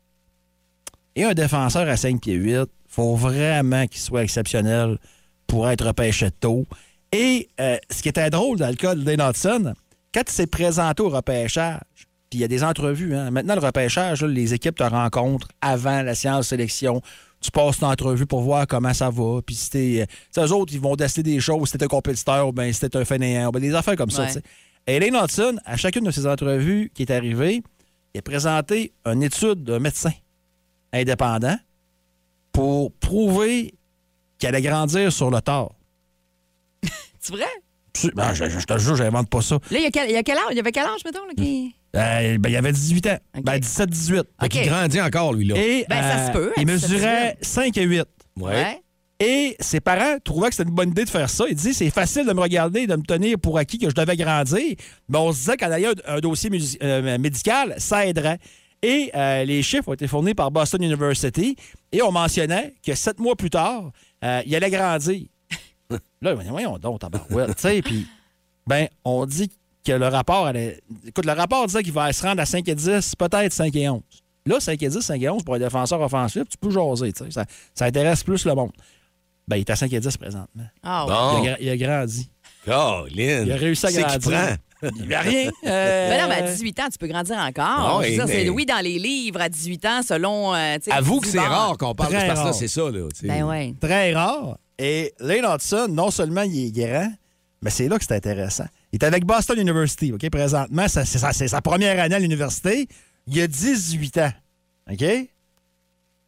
S5: Et un défenseur à 5 pieds 8, faut vraiment qu'il soit exceptionnel pour être repêché tôt. Et euh, ce qui était drôle dans le cas de Lane Hudson, quand il s'est présenté au repêchage, puis il y a des entrevues, hein, maintenant le repêchage, là, les équipes te rencontrent avant la séance de sélection. Tu passes une entrevue pour voir comment ça va. Puis si t'es. euh, tu sais, eux autres, ils vont tester des choses. Si t'es un compétiteur, ou ben, si t'es un fainéant, ou ben, des affaires comme ça.
S4: Ouais.
S5: tu sais. Et Lane Hudson, à chacune de ses entrevues qui est arrivée, il a présenté une étude d'un médecin indépendant pour prouver qu'elle allait grandir sur le tard.
S4: C'est vrai?
S5: Tu- ben, je, je- je te jure, j'invente pas ça.
S4: Là, il y, a quel- il y a quel âge? Il y avait quel âge, mettons? Là, qui...
S5: Euh, ben, il avait 18 ans.
S4: OK.
S5: Ben, 17-18.
S3: Fait qu'il
S4: OK.
S3: grandit encore, lui, là.
S5: Et euh,
S4: Ben, ça se peut, à
S5: il
S4: 17-18.
S5: mesurait 5 et 8.
S4: Ouais.
S5: Et ses parents trouvaient que c'était une bonne idée de faire ça. Ils disaient c'est facile de me regarder et de me tenir pour acquis que je devais grandir. Mais on se disait qu'en ayant un, un dossier musi- euh, médical, ça aiderait. Et euh, les chiffres ont été fournis par Boston University et on mentionnait que sept mois plus tard, euh, il allait grandir. Là, on dit, voyons donc, tabarouette, tu sais, puis ben, on dit que le rapport allait... Écoute, le rapport disait qu'il va se rendre à 5 et 10, peut-être 5 et 11. Là, 5 et 10, 5 et 11, pour un défenseur offensif, tu peux jaser, tu sais, ça, ça intéresse plus le monde. Ben, il est à 5 et 10 présentement.
S4: Ah, ouais.
S5: Il, a,
S3: Bon,
S5: gra- il a grandi.
S3: Colin.
S5: Il a réussi à
S3: C'est qui
S5: grandir.
S3: prend.
S5: Il n'y a rien.
S3: euh,
S4: Mais Euh, ben non, mais à 18 ans, tu peux grandir encore.
S3: Non,
S4: Je veux dire,
S3: et-
S4: c'est
S3: et-
S4: oui dans les livres à 18 ans, selon. euh, tu sais,
S3: Avoue que
S4: dix
S3: c'est
S4: bords.
S3: rare qu'on parle de
S5: Très
S3: ce là
S5: rare.
S3: c'est ça, là. tu sais.
S4: Ben ouais.
S5: Très rare. Et Lane Hudson, non seulement il est grand, mais c'est là que c'est intéressant. Il est avec Boston University, OK? Présentement, ça- c'est sa- c'est sa première année à l'université. Il a 18 ans, OK?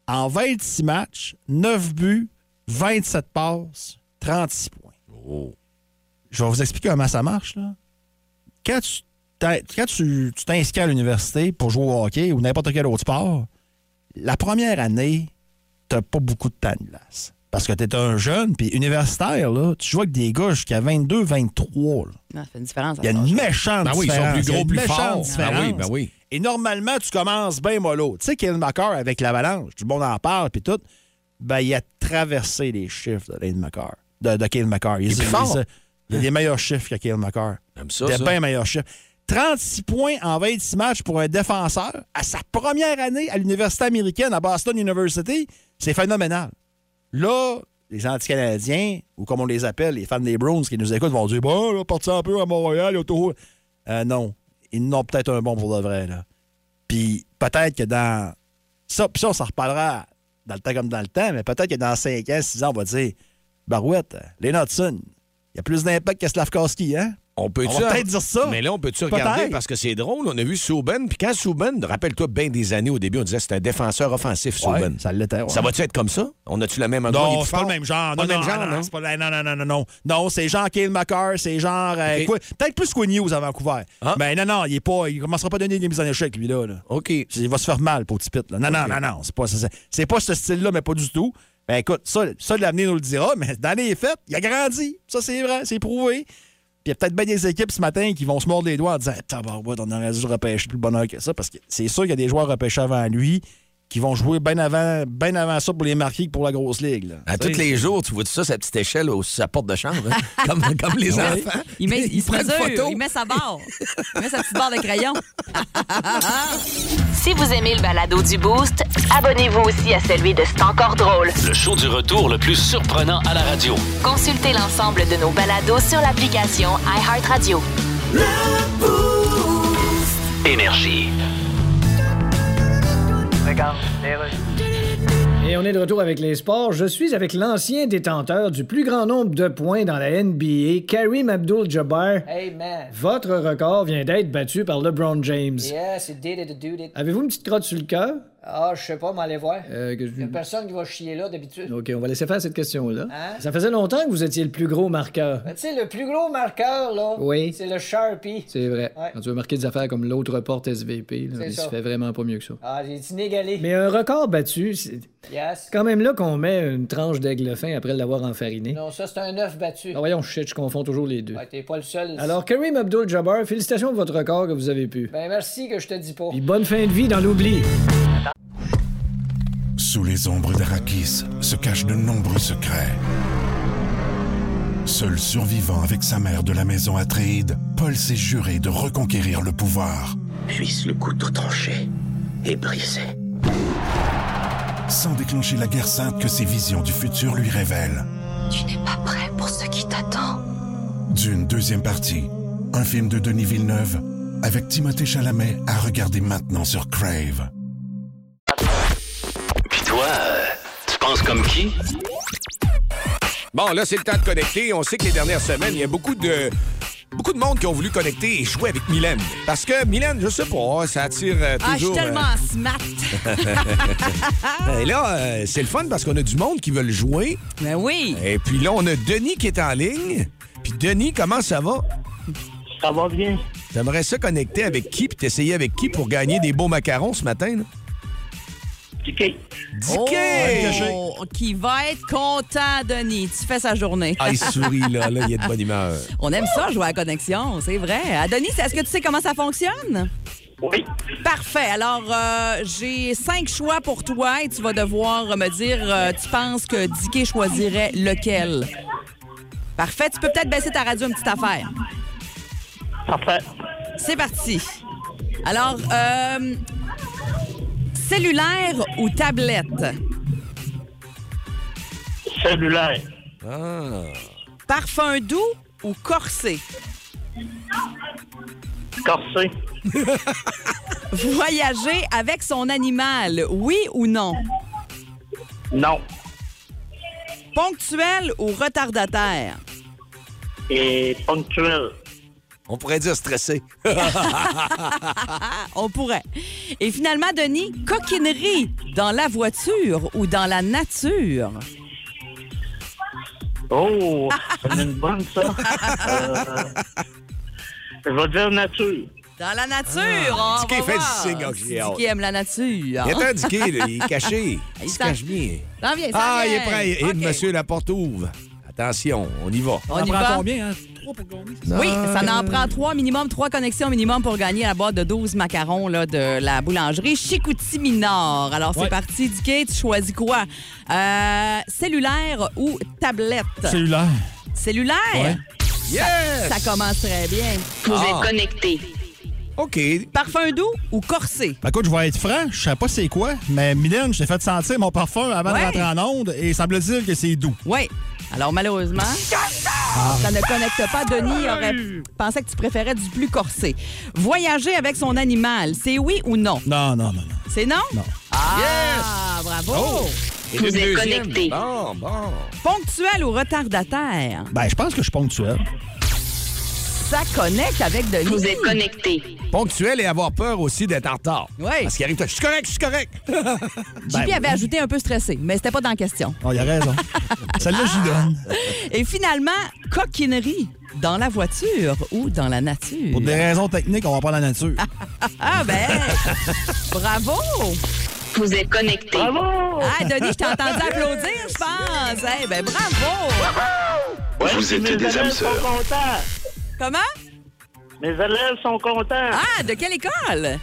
S5: En 26 matchs, 9 buts, 27 passes, 36 points. Je vais vous expliquer comment ça marche, là. Quand tu t'in- quand tu tu t'inscris à l'université pour jouer au hockey ou n'importe quel autre sport, la première année, t'as pas beaucoup de temps de glace. Parce que t'es un jeune, puis universitaire, là, tu joues avec des gars jusqu'à 22, 23. là.
S4: Non, Ah, ça fait une différence. à
S5: Il y a
S4: ce
S5: une
S4: âge-là.
S5: méchante
S3: Ben oui, ils sont
S5: différence.
S3: plus gros,
S5: Il y a une
S3: plus
S5: méchante
S3: forts.
S5: différence.
S3: Ben oui, ben oui.
S5: Et normalement, tu commences bien mollo. Tu sais, Kevin Macar avec l'avalanche, tout le monde en parle, puis tout, ben, il a traversé les chiffres de Kevin Macar. De, de Kevin Macar. Il,
S3: est
S5: a-
S3: plus
S5: il a-
S3: fort.
S5: il a des meilleurs chiffres que Kevin Macar.
S3: J'aime ça,
S5: Des
S3: ça.
S5: bien meilleurs chiffres. 36 points en 26 matchs pour un défenseur à sa première année à l'Université américaine, à Boston University. C'est phénoménal. Là, les anti-canadiens, ou comme on les appelle, les fans des Browns qui nous écoutent, vont dire Bon, là, partez un peu à Montréal, il y a tout. Euh, non, ils n'ont peut-être un bon pour de vrai. Là. Puis peut-être que dans. Ça, puis ça, on s'en reparlera dans le temps comme dans le temps, mais peut-être que dans 5 ans, 6 ans, on va dire Barouette, les Hudson, il y a plus d'impact que Slavkowski, hein
S3: On peut
S5: On va peut-être dire ça.
S3: Mais là, on peut-tu
S5: Peut-être.
S3: regarder parce que c'est drôle. On a vu Souben. Puis quand Souben, rappelle-toi bien des années au début, on disait c'est un défenseur offensif, Souben.
S5: Ouais, ça l'était. ouais.
S3: Ça va-tu être comme ça? On a-tu la même endroit? Il est
S5: Non,
S3: plus
S5: c'est pas
S3: fort?
S5: le même genre.
S3: Pas
S5: Non,
S3: le même
S5: non,
S3: genre,
S5: non,
S3: non?
S5: c'est pas le- non, non, non, non, non. Non, c'est genre Kyle McCarr, c'est genre. euh,
S3: Ok.
S5: quoi- Peut-être plus Quinn Hughes à Vancouver.
S3: Ah.
S5: Mais Ben, non, non, il est pas. Il commencera pas à donner des mises en échec, lui-là. là.
S3: OK.
S5: Il va se faire mal pour Tipit. Non, non, non, non, c'est pas, c'est- c'est pas ce style-là, mais pas du tout. Ben écoute, ça, ça de l'avenir nous le dira, mais dans les faits, il a grandi. Ça, c'est vrai, c'est prouvé. Puis il y a peut-être bien des équipes ce matin qui vont se mordre les doigts en disant Ah, Tabarouette, on aurait dû repêcher plus bonheur que ça, parce que c'est sûr qu'il y a des joueurs repêchés avant lui qui vont jouer bien avant, bien avant ça pour les marquer que pour la grosse ligue. là.
S3: À
S5: Tu sais,
S3: tous les jours, tu vois ça, sa petite échelle au- sur sa porte de chambre, hein? comme, comme les enfants.
S4: Il met, il se
S3: prend une
S4: mesure,
S3: photo.
S4: il met sa barre. Il met sa petite barre de crayon.
S1: Si vous aimez le balado du Boost, abonnez-vous aussi à celui de C'est encore drôle.
S2: Le show du retour le plus surprenant à la radio.
S1: Consultez l'ensemble de nos balados sur l'application iHeartRadio.
S4: Ah,
S2: Énergie.
S7: Et on est de retour avec les sports. Je suis avec l'ancien détenteur du plus grand nombre de points dans la NBA, Karim Abdul-Jabbar.
S6: Hey man.
S7: Votre record vient d'être battu par LeBron James.
S6: Yes, it did it, it did it.
S7: Avez-vous une petite crotte sur le cœur?
S6: Ah, je sais pas, m'aller voir.
S7: Euh, que
S6: Y a
S7: je-
S6: personne qui va chier là d'habitude.
S7: OK, on va laisser faire cette question-là.
S6: Hein?
S7: Ça faisait longtemps que vous étiez le plus gros marqueur.
S6: Mais Ben, tu sais, le plus gros marqueur, là,
S7: Oui.
S6: c'est le Sharpie.
S7: C'est vrai.
S6: Ouais.
S7: Quand tu veux marquer des affaires comme l'autre porte SVP, là,
S6: C'est
S7: il se
S6: ça.
S7: fait vraiment pas mieux que ça.
S6: Ah, il est inégalé.
S7: Mais un record battu, c'est
S6: Yes.
S7: quand même là qu'on met une tranche d'aigle fin après l'avoir enfariné.
S6: Non, ça, c'est un œuf battu.
S7: Ah, voyons, shit, je confonds toujours les deux.
S6: Ouais, t'es pas le seul.
S7: Alors, Karim Abdul-Jabbar, félicitations pour votre record que vous avez pu.
S6: Ben, merci que je te dis pas.
S7: Puis bonne fin de vie dans l'oubli.
S11: Sous les ombres d'Arakis se cachent de nombreux secrets. Seul survivant avec sa mère de la maison Atréide, Paul s'est juré de reconquérir le pouvoir.
S12: puisse le couteau tranché et brisé.
S11: sans déclencher la guerre sainte que ses visions du futur lui révèlent.
S10: Tu n'es pas prêt pour ce qui t'attend.
S11: D'une deuxième partie, un film de Denis Villeneuve avec Timothée Chalamet à regarder maintenant sur Crave.
S2: Puis toi, euh, tu penses comme qui?
S3: Bon, là, c'est le temps de connecter. On sait que les dernières semaines, il y a beaucoup de. Beaucoup de monde qui ont voulu connecter et jouer avec Mylène. Parce que Mylène, je sais pas, ça attire euh,
S4: Ah, je suis
S3: toujours.
S4: tellement smart.
S3: euh, et là, euh, c'est le fun parce qu'on a du monde qui veulent jouer.
S4: Ben oui.
S3: Et puis là, on a Denis qui est en ligne. Puis Denis, comment ça va?
S9: Ça va bien.
S3: T'aimerais ça connecter avec qui puis t'essayer avec qui pour gagner des beaux macarons ce matin? là? Dicky!
S4: Oh, qui va être content, Denis. Tu fais sa journée.
S3: Ah, il sourit, là. Là, il est de bonne humeur.
S4: On aime ça, jouer à la connexion, c'est vrai. Ah, Denis, est-ce que tu sais comment ça fonctionne?
S9: Oui.
S4: Parfait. Alors, euh, j'ai cinq choix pour toi et tu vas devoir me dire, euh, tu penses que Dicky choisirait lequel? Parfait. Tu peux peut-être baisser ta radio une petite affaire.
S9: Parfait.
S4: C'est parti. Alors, euh, cellulaire ou tablette?
S9: Cellulaire.
S3: Ah.
S4: Parfum doux ou corsé?
S9: Corsé.
S4: Voyager avec son animal, oui ou non?
S9: Non.
S4: Ponctuel ou retardataire?
S9: Et ponctuel.
S3: On pourrait dire stressé.
S4: Ah, On pourrait. Et finalement, Denis, coquinerie dans la voiture ou dans la nature?
S9: Oh, c'est une bonne, ça. Euh, je vais dire nature.
S4: Dans la nature, on
S3: Ah. Dicky
S4: va
S3: fait
S4: voir.
S3: du signe, ok, j'ai hâte.
S4: Dicky aime la nature.
S3: Il est temps, Dicky, là, il est caché.
S4: Il
S3: Il se
S4: s'en-
S3: cache bien.
S4: S'en vient, s'en
S3: Ah, il
S4: vient.
S3: est prêt. Et
S4: OK.
S3: monsieur, la porte ouvre. Attention, on y va.
S4: On y
S5: prend
S4: va?
S5: combien, hein?
S4: Oui, ça en prend trois minimum, trois connexions minimum pour gagner la boîte de 12 macarons là, de la boulangerie Chicoutimi Nord. Alors, c'est
S5: Ouais.
S4: parti. Dicky, tu choisis quoi? Euh, cellulaire ou tablette?
S5: Cellulaire.
S4: Cellulaire?
S5: Ouais.
S3: Yes! Ah.
S4: Ça commence très bien.
S1: Vous êtes connecté.
S3: OK.
S4: Parfum doux ou corsé?
S5: Ben, écoute, je vais être franc, je sais pas c'est quoi, mais Mylène, je t'ai fait sentir mon parfum avant
S4: Ouais.
S5: de rentrer en onde et semble-t-il que c'est doux.
S4: Oui. Alors, malheureusement, ça ne connecte pas. Denis aurait pensé que tu préférais du plus corsé. Voyager avec son animal, c'est oui ou non?
S5: Non, non, non, non.
S4: C'est non?
S5: Non.
S4: Ah, bravo!
S3: Et
S1: Vous
S3: Oh! une
S1: êtes
S3: deuxième.
S1: connecté.
S3: Bon, bon.
S4: Ponctuel ou retardataire?
S5: Ben, je pense que je suis ponctuel.
S4: Ça connecte avec Denis.
S1: Vous êtes connecté.
S3: Ponctuel et avoir peur aussi d'être en retard.
S4: Oui.
S3: Parce qu'il arrive, je suis correct, je suis correct.
S4: JP
S5: Ben,
S4: avait ajouté un peu stressé, mais c'était pas dans la question.
S5: On y Oh, a raison. Celle-là, j'y donne.
S4: Et finalement, coquinerie dans la voiture ou dans la nature?
S5: Pour des raisons techniques, on va prendre la nature.
S4: Ah ben, bravo!
S1: Vous êtes connecté.
S9: Bravo!
S4: Ah, Denis, je t'ai entendu applaudir, je pense. Eh ben, bravo!
S12: Vous êtes
S9: mes
S12: des âmes
S9: élèves sont
S12: sœurs.
S9: contents.
S4: Comment?
S9: Mes élèves sont contents. Ah,
S4: Ah, de quelle école?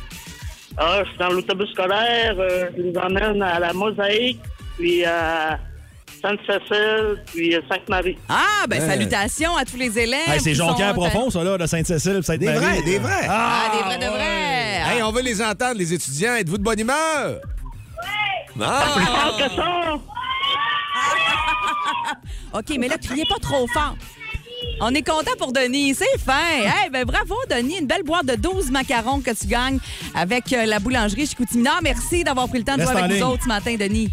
S9: je suis dans l'autobus scolaire. euh, je les emmène à la Mosaïque, puis à Sainte-Cécile, puis à Sainte-Marie.
S4: Ah, ben,
S3: Ouais.
S4: salutations à tous les élèves.
S5: Hey, c'est
S4: qui
S5: Jonquière
S4: sont-
S5: profond, Oh, ça, là, de Sainte-Cécile, Sainte
S3: Des vrais, des vrais.
S4: Ah, des vrais de vrais. ah.
S3: Hey, on veut les entendre, les étudiants. Êtes-vous de bonne humeur? Oui! Non!
S9: Ah, que ça!
S4: OK, mais là, criez pas trop fort. On est content pour Denis, c'est fin. Hey, ben bravo Denis, une belle boîte de 12 macarons que tu gagnes avec euh, la boulangerie Chicoutimi. Nord. merci d'avoir pris le temps de
S5: Reste
S4: jouer
S5: en
S4: avec nous
S5: ligne.
S4: autres ce matin Denis.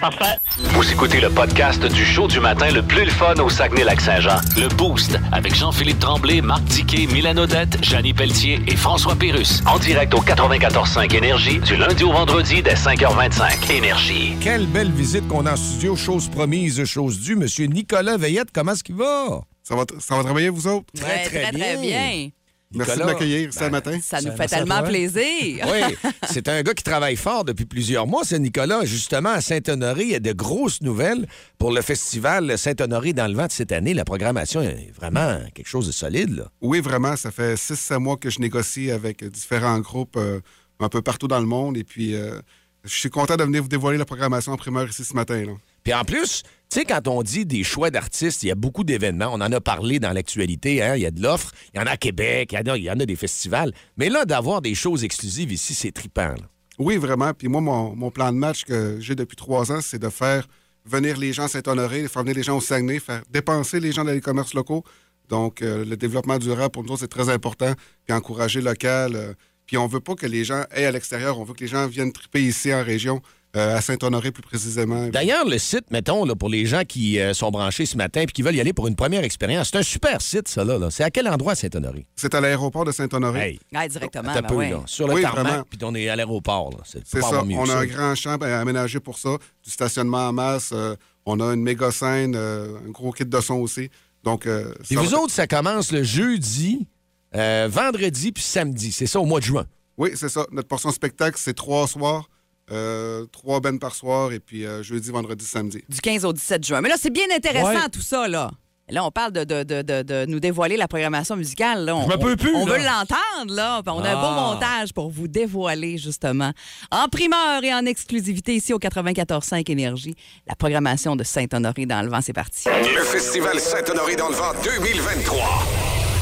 S9: Parfait.
S2: Vous écoutez le podcast du show du matin le plus le fun au Saguenay-Lac-Saint-Jean. Le Boost avec Jean-Philippe Tremblay, Marc Diquet, Milan Odette, Janine Pelletier et François Pérus. En direct au 94.5 Énergie du lundi au vendredi dès 5h25. Énergie.
S3: Quelle belle visite qu'on a en studio, chose promise, chose due. Monsieur Nicolas Veillette, comment est-ce qu'il va?
S13: Ça va, tr- ça va travailler, vous autres?
S4: très, très bien.
S13: Merci
S3: Nicolas,
S13: de m'accueillir ce matin.
S4: ben, Ça nous
S5: Ça,
S4: fait
S5: merci à
S4: tellement
S5: toi.
S4: plaisir.
S3: Oui, c'est un gars qui travaille fort depuis plusieurs mois, c'est Nicolas. Justement, à Saint-Honoré, il y a de grosses nouvelles pour le festival Saint-Honoré dans le vent de cette année. La programmation est vraiment quelque chose de solide. Là.
S13: Oui, vraiment, ça fait 6-7 mois que je négocie avec différents groupes euh, un peu partout dans le monde. Et puis, euh, je suis content de venir vous dévoiler la programmation en primeur ici ce matin. là.
S3: Puis en plus, tu sais, quand on dit des choix d'artistes, il y a beaucoup d'événements. On en a parlé dans l'actualité. hein. Il y a de l'offre. Il y en a à Québec. Il y en a, il y en a des festivals. Mais là, d'avoir des choses exclusives ici, c'est trippant. là.
S13: Oui, vraiment. Puis moi, mon, mon plan de match que j'ai depuis trois ans, c'est de faire venir les gens à Saint-Honoré, de faire venir les gens au Saguenay, faire dépenser les gens dans les commerces locaux. Donc, euh, le développement durable, pour nous autres, c'est très important. Puis encourager local. euh, puis on veut pas que les gens aient à l'extérieur. On veut que les gens viennent triper ici en région, euh, à Saint-Honoré plus précisément.
S3: D'ailleurs, le site, mettons, là, pour les gens qui euh, sont branchés ce matin et qui veulent y aller pour une première expérience, c'est un super site, ça. Là, là. C'est à quel endroit, Saint-Honoré?
S13: C'est à l'aéroport de Saint-Honoré.
S3: Hey,
S4: Ouais, directement,
S3: t'as
S4: ben
S3: peu,
S4: ouais.
S3: là. Sur le
S13: Oui, vraiment.
S3: tarmac, puis on est à l'aéroport. là. C'est
S13: C'est
S3: pas
S13: ça.
S3: avoir mieux
S13: on
S3: que
S13: a
S3: ça.
S13: un grand champ à- aménagé pour ça, du stationnement en masse. euh, on a une méga scène, euh, un gros kit de son aussi. Donc, euh,
S3: Puis
S13: ça
S3: vous
S13: va-
S3: autres, ça commence le jeudi, euh, vendredi puis samedi. C'est ça, au mois de juin.
S13: Oui, c'est ça. Notre portion spectacle, c'est trois soirs, euh, trois bennes par soir, et puis euh, jeudi, vendredi, samedi.
S4: Du 15 au 17 juin. Mais là, c'est bien intéressant
S5: Ouais.
S4: tout ça là. Là, on parle de, de, de, de- de nous dévoiler la programmation musicale. Là. On,
S5: Je me peux plus,
S4: On
S5: là.
S4: veut l'entendre, là. Puis On a un beau
S3: Ah.
S4: montage pour vous dévoiler, justement, en primeur et en exclusivité ici au 94.5 Énergie, la programmation de Saint-Honoré dans le vent. C'est parti.
S11: Le Festival Saint-Honoré dans le vent 2023.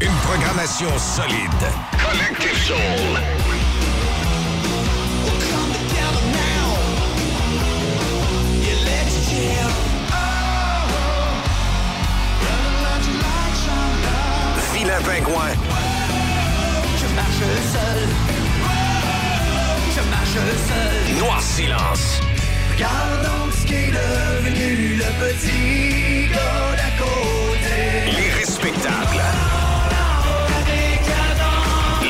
S11: Une programmation solide. Collective Soul. Vilain Pingouin,
S14: petit gars d'à côté.
S15: Les respectables.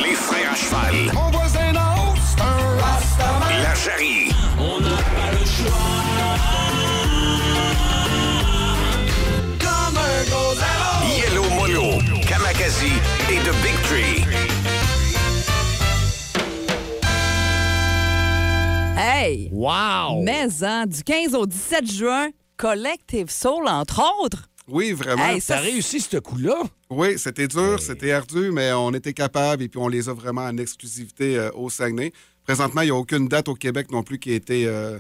S15: Les frères à cheval.
S14: Mon voisin d'en haut, c'est un rastaman.
S15: La Jarry.
S14: On n'a pas le choix. Comme un gozalo.
S15: Yellow Mono, Kamakazi et The Big Tree.
S4: Hey!
S5: Wow!
S4: Maison du 15 au 17 juin, Collective Soul, entre autres.
S13: Oui, vraiment.
S4: Hey, ça, T'as
S3: réussi ce coup-là?
S13: Oui, c'était dur, c'était ardu, mais on était capable et puis on les a vraiment en exclusivité euh, au Saguenay. Présentement, il n'y a aucune date au Québec non plus qui a été, euh,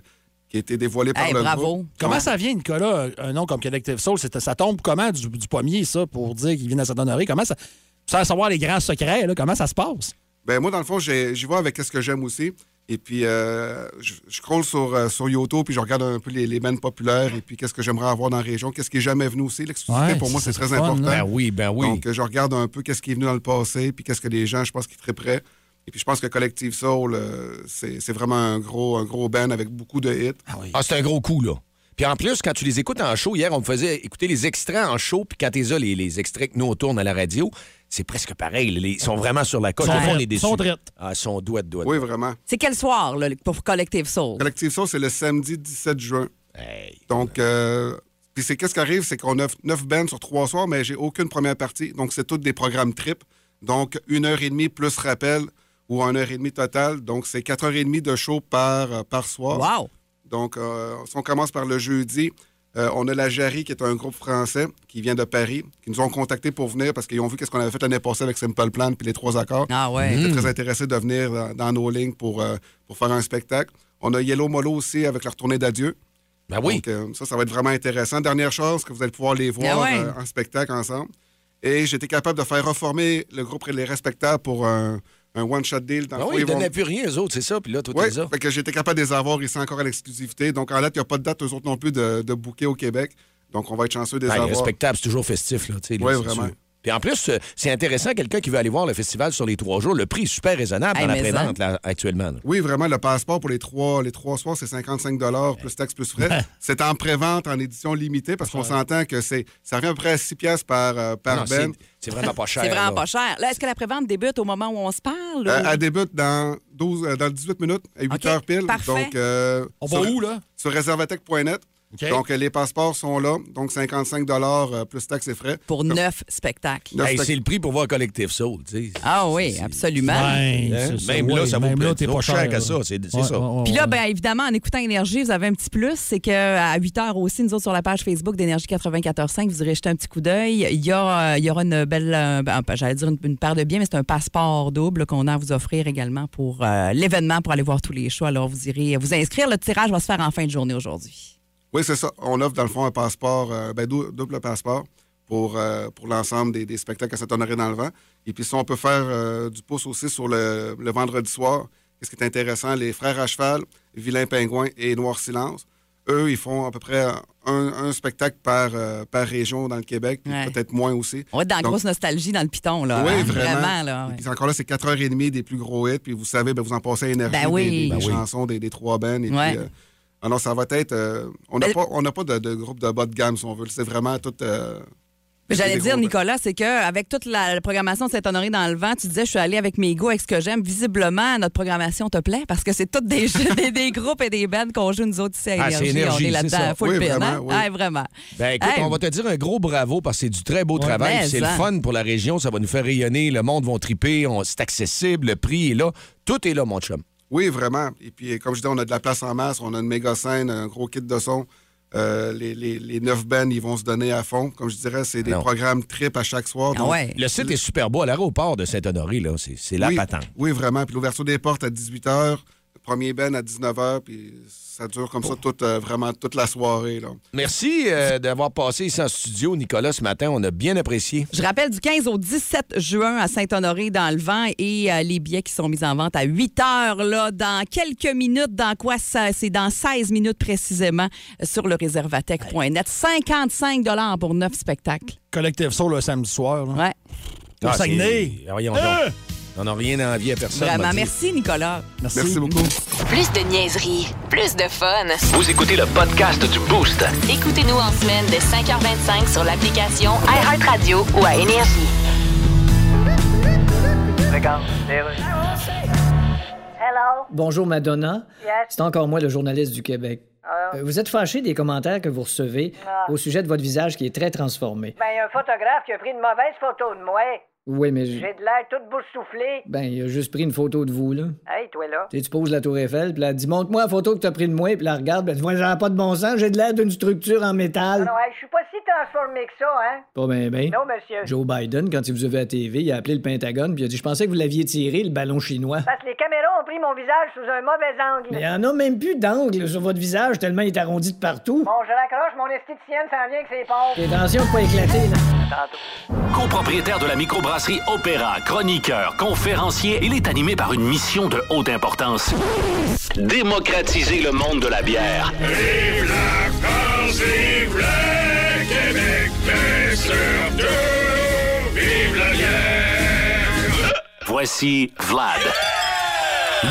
S13: qui a été dévoilée par le groupe.
S5: Comment
S13: Ouais.
S5: ça vient, Nicolas, un nom comme Collective Soul? c'est- Ça tombe comment du, du pommier, ça, pour dire qu'il vient à Saint-Honoré? Comment ça... Sans savoir les grands secrets, là, comment ça se passe?
S13: Ben moi, dans le fond, j'ai- j'y vais avec ce que j'aime aussi. Et puis, euh, je, je scrolle sur, euh, sur Yoto, puis je regarde un peu les, les bands populaires, et puis qu'est-ce que j'aimerais avoir dans la région, qu'est-ce qui est jamais venu aussi. L'exclusivité,
S3: Ouais,
S13: pour moi,
S3: ça,
S13: c'est
S3: c'est
S13: très
S3: le fun,
S13: important.
S3: hein? Ben oui, ben oui.
S13: Donc, euh, je regarde un peu qu'est-ce qui est venu dans le passé, puis qu'est-ce que les gens, je pense, qui tripperaient. Et puis, je pense que Collective Soul, euh, c'est c'est vraiment un gros, un gros band avec beaucoup de hits.
S3: Ah, c'est un gros coup, là. Puis en plus, quand tu les écoutes en show, hier, on me faisait écouter les extraits en show, puis quand t'es là, les, les extraits que nous, on tourne à la radio, c'est presque pareil. les- ils sont vraiment sur la coche.
S5: Sont
S3: Au fond, on
S5: draites,
S3: est déçus.
S5: sont draites.
S3: Ah, ils sont douettes, douettes.
S13: Oui, vraiment.
S4: C'est quel soir là, pour Collective Soul?
S13: Collective Soul, c'est le samedi 17 juin. Donc, euh, puis c'est qu'est-ce qui arrive, c'est qu'on a neuf bands sur trois soirs, mais j'ai aucune première partie. Donc, c'est toutes des programmes trip. Donc, une heure et demie plus rappel ou une heure et demie total. Donc, c'est quatre heures et demie de show par, euh, par soir.
S4: Wow!
S13: Donc, euh, si on commence par le jeudi, euh, on a la Jarry, qui est un groupe français qui vient de Paris, qui nous ont contactés pour venir parce qu'ils ont vu qu'est-ce qu'on avait fait l'année passée avec Simple Plan puis les trois accords.
S4: Ah ouais.
S13: Ils étaient
S4: Mm.
S13: très intéressés de venir dans, dans nos lignes pour, euh, pour faire un spectacle. On a Yellow Molo aussi avec leur tournée d'adieu.
S3: Ben oui.
S13: Donc, euh, ça, ça va être vraiment intéressant. Dernière chance que vous allez pouvoir les voir
S4: Ben ouais.
S13: euh, en spectacle ensemble. Et j'étais capable de faire reformer le groupe Les Respectables pour un, un one-shot deal. Dans
S3: Ah
S13: le fond,
S3: oui, ils
S13: ils vont-
S3: donnaient plus rien, eux autres, c'est ça. Puis là, tout
S13: oui,
S3: est ça.
S13: fait que j'étais capable de les avoir ici encore à l'exclusivité. Donc, en date, il n'y a pas de date, eux autres non plus, de, de booker au Québec. Donc, on va être chanceux de les
S3: Ben,
S13: avoir.
S3: respectable, c'est toujours festif, là. tu sais, là,
S13: Ouais,
S3: c'est
S13: vraiment.
S3: sûr. Puis en plus, euh, c'est intéressant, quelqu'un qui veut aller voir le festival sur les trois jours, le prix est super raisonnable
S13: Hey,
S3: dans la
S13: mais
S3: prévente, là, actuellement. là.
S13: Oui, vraiment, le passeport pour les trois, les trois soirs, c'est 55 plus taxes, plus frais. c'est en pré-vente, en édition limitée, parce qu'on s'entend que c'est ça revient à peu près à 6 piastres par, euh, par
S3: Non,
S13: ben.
S3: c'est- c'est vraiment pas cher,
S4: C'est vraiment pas cher. Là, est-ce que la prévente débute au moment où on se parle?
S13: Euh,
S4: ou-
S13: elle débute dans, 12, euh, dans 18 minutes, à 8 heures pile.
S4: parfait.
S13: Donc, euh,
S5: On va où, là?
S13: Sur réservatech.net.
S5: OK.
S13: Donc, euh, les passeports sont là. Donc, 55 euh, plus taxes et frais.
S4: Pour neuf spectacles.
S3: Hey, c'est le prix pour voir Collective Soul, tu sais.
S4: Ah oui, absolument.
S3: Ouais,
S5: c'est
S3: hein?
S5: ça,
S3: Même
S5: ouais,
S3: là, ça vaut
S5: même là,
S3: plus
S5: t'es
S3: donc
S5: pas
S3: cher
S5: cher,
S3: que
S5: là.
S3: ça, c'est c'est
S5: Ouais,
S3: ça.
S5: ouais, ouais.
S4: Puis là, bien évidemment, en écoutant Énergie, vous avez un petit plus. C'est euh, qu'à 8 h aussi, nous autres, sur la page Facebook d'Énergie 94.5, vous irez jeter un petit coup d'œil. Il y, a, euh, il y aura une belle, euh, ben, j'allais dire une, une paire de biens, mais c'est un passeport double qu'on a à vous offrir également pour euh, l'événement, pour aller voir tous les shows. Alors, vous irez vous inscrire. Le tirage va se faire en fin de journée aujourd'hui.
S13: Oui, c'est ça. On offre, dans le fond, un passeport, euh, ben, dou- double passeport pour, euh, pour l'ensemble des, des spectacles à Saint-Honoré dans le vent. Et puis, si on peut faire euh, du pouce aussi sur le, le vendredi soir, qu'est-ce qui est intéressant, les Frères à cheval, Vilain Pingouin et Noir Silence, eux, ils font à peu près un, un spectacle par, euh, par région dans le Québec, puis
S4: Ouais.
S13: peut-être moins aussi.
S4: On va être dans la
S13: Donc,
S4: grosse nostalgie dans le piton, là.
S13: oui,
S4: hein?
S13: vraiment.
S4: là, ouais.
S13: Et puis encore là, c'est 4h30 des plus gros hits. Puis vous savez, ben, vous en passez à énergie
S4: Ben
S13: des-
S4: oui.
S13: des,
S4: Ben oui.
S13: chansons des, des trois bands. Et
S4: Ouais.
S13: puis, euh, alors, ça va être. euh, on n'a
S4: Ben-
S13: pas, on n'a pas de, de groupe de bas de gamme, si on veut. C'est vraiment tout. euh,
S4: Mais J'allais
S13: des
S4: dire,
S13: gros-
S4: Nicolas, c'est qu'avec toute la, la programmation de Saint-Honoré dans le vent, tu disais, je suis allée avec mes goûts, avec ce que j'aime. Visiblement, notre programmation te plaît parce que c'est toutes des, jeux- des, des groupes et des bands qu'on joue, nous autres, ici à
S3: Ah,
S4: Énergie.
S3: c'est Énergie,
S4: on est
S3: c'est
S4: là-dedans,
S3: ça.
S4: full
S3: Oui,
S4: pin,
S3: vraiment,
S4: hein?
S3: oui.
S4: Ouais, vraiment.
S3: Ben écoute,
S4: Hey.
S3: on va te dire un gros bravo parce que c'est du très beau travail.
S4: mais
S3: puis C'est le
S4: ça.
S3: fun pour la région, ça va nous faire rayonner, le monde va triper, on- c'est accessible, le prix est là. Tout est là, mon chum.
S4: Ah
S13: Oui, vraiment. Et puis, comme je dis, on a de la place en masse, on a une méga scène, un gros kit de son. Euh, les, les- les neuf bands, ils vont se donner à fond. Comme je dirais, c'est des
S3: Non.
S13: programmes trip à chaque soir.
S4: Ah
S13: Donc,
S3: Le site est super beau à l'aéroport de Saint-Honoré, là. C'est c'est la
S13: oui,
S3: patente.
S13: Oui, vraiment. Puis l'ouverture des portes à 18 h, le premier ben à 19 h, puis ça dure comme ça toute, euh, vraiment toute la soirée. Là.
S3: Merci euh, d'avoir passé ici en studio, Nicolas, ce matin. On a bien apprécié.
S4: Je rappelle du 15 au 17 juin à Saint-Honoré dans le vent et euh, les billets qui sont mis en vente à 8 heures là dans quelques minutes dans quoi ça c'est dans 16 minutes précisément euh, sur le réservatech.net 55 dollars pour neuf spectacles.
S5: Collective Soul le samedi soir. Là.
S4: Ouais.
S5: Au
S3: Ah,
S5: Saguenay.
S3: c'est- voyons donc.
S5: Hein?
S3: On n'a rien à envier à personne.
S4: Euh! Vraiment
S3: m'a dit.
S4: merci Nicolas.
S5: Merci.
S13: beaucoup.
S1: Plus de niaiserie, plus de fun.
S2: Vous écoutez le podcast du Boost.
S1: Écoutez-nous en semaine de 5h25 sur l'application iHeartRadio ou à Énergie.
S7: Bonjour Madonna.
S16: Yes.
S7: C'est encore moi le journaliste du Québec.
S16: Ah.
S7: Euh, Vous êtes fâché des commentaires que vous recevez
S16: Ah.
S7: au sujet de votre visage qui est très transformé.
S16: Ben, il y a un photographe qui a pris une mauvaise photo de moi.
S7: Oui, mais je-
S16: J'ai de l'air toute boursouflée.
S7: ben il a juste pris une photo de vous là.
S16: Hey, toi là.
S7: Tu sais, tu poses la tour Eiffel, puis là, elle dit montre-moi la photo que t'as pris de moi, puis la regarde, ben tu vois, j'en ai pas de bon sens, j'ai de l'air d'une structure en
S16: Ah
S7: métal.
S16: non, hey, je suis pas si transformée que ça, hein?
S7: Pas bien, bien.
S16: Non, monsieur.
S7: Ben, Joe Biden, quand il vous a vu à la TV, il a appelé le Pentagone, puis il a dit Je pensais que vous l'aviez tiré, le ballon chinois.
S16: Parce que les caméras ont pris mon visage sous un mauvais angle.
S7: Mais il y en a même plus d'angle sur votre visage, tellement il est arrondi de partout.
S16: Bon, je raccroche, mon esthéticienne s'en vient que c'est pauvre.
S7: Et attention de pas éclater, là.
S2: Copropriétaire de la microbrasserie Opéra, chroniqueur, conférencier, il est animé par une mission de haute importance. Démocratiser le monde de la bière.
S14: Vive la France, vive le Québec, mais surtout, vive la bière.
S2: Voici Vlad.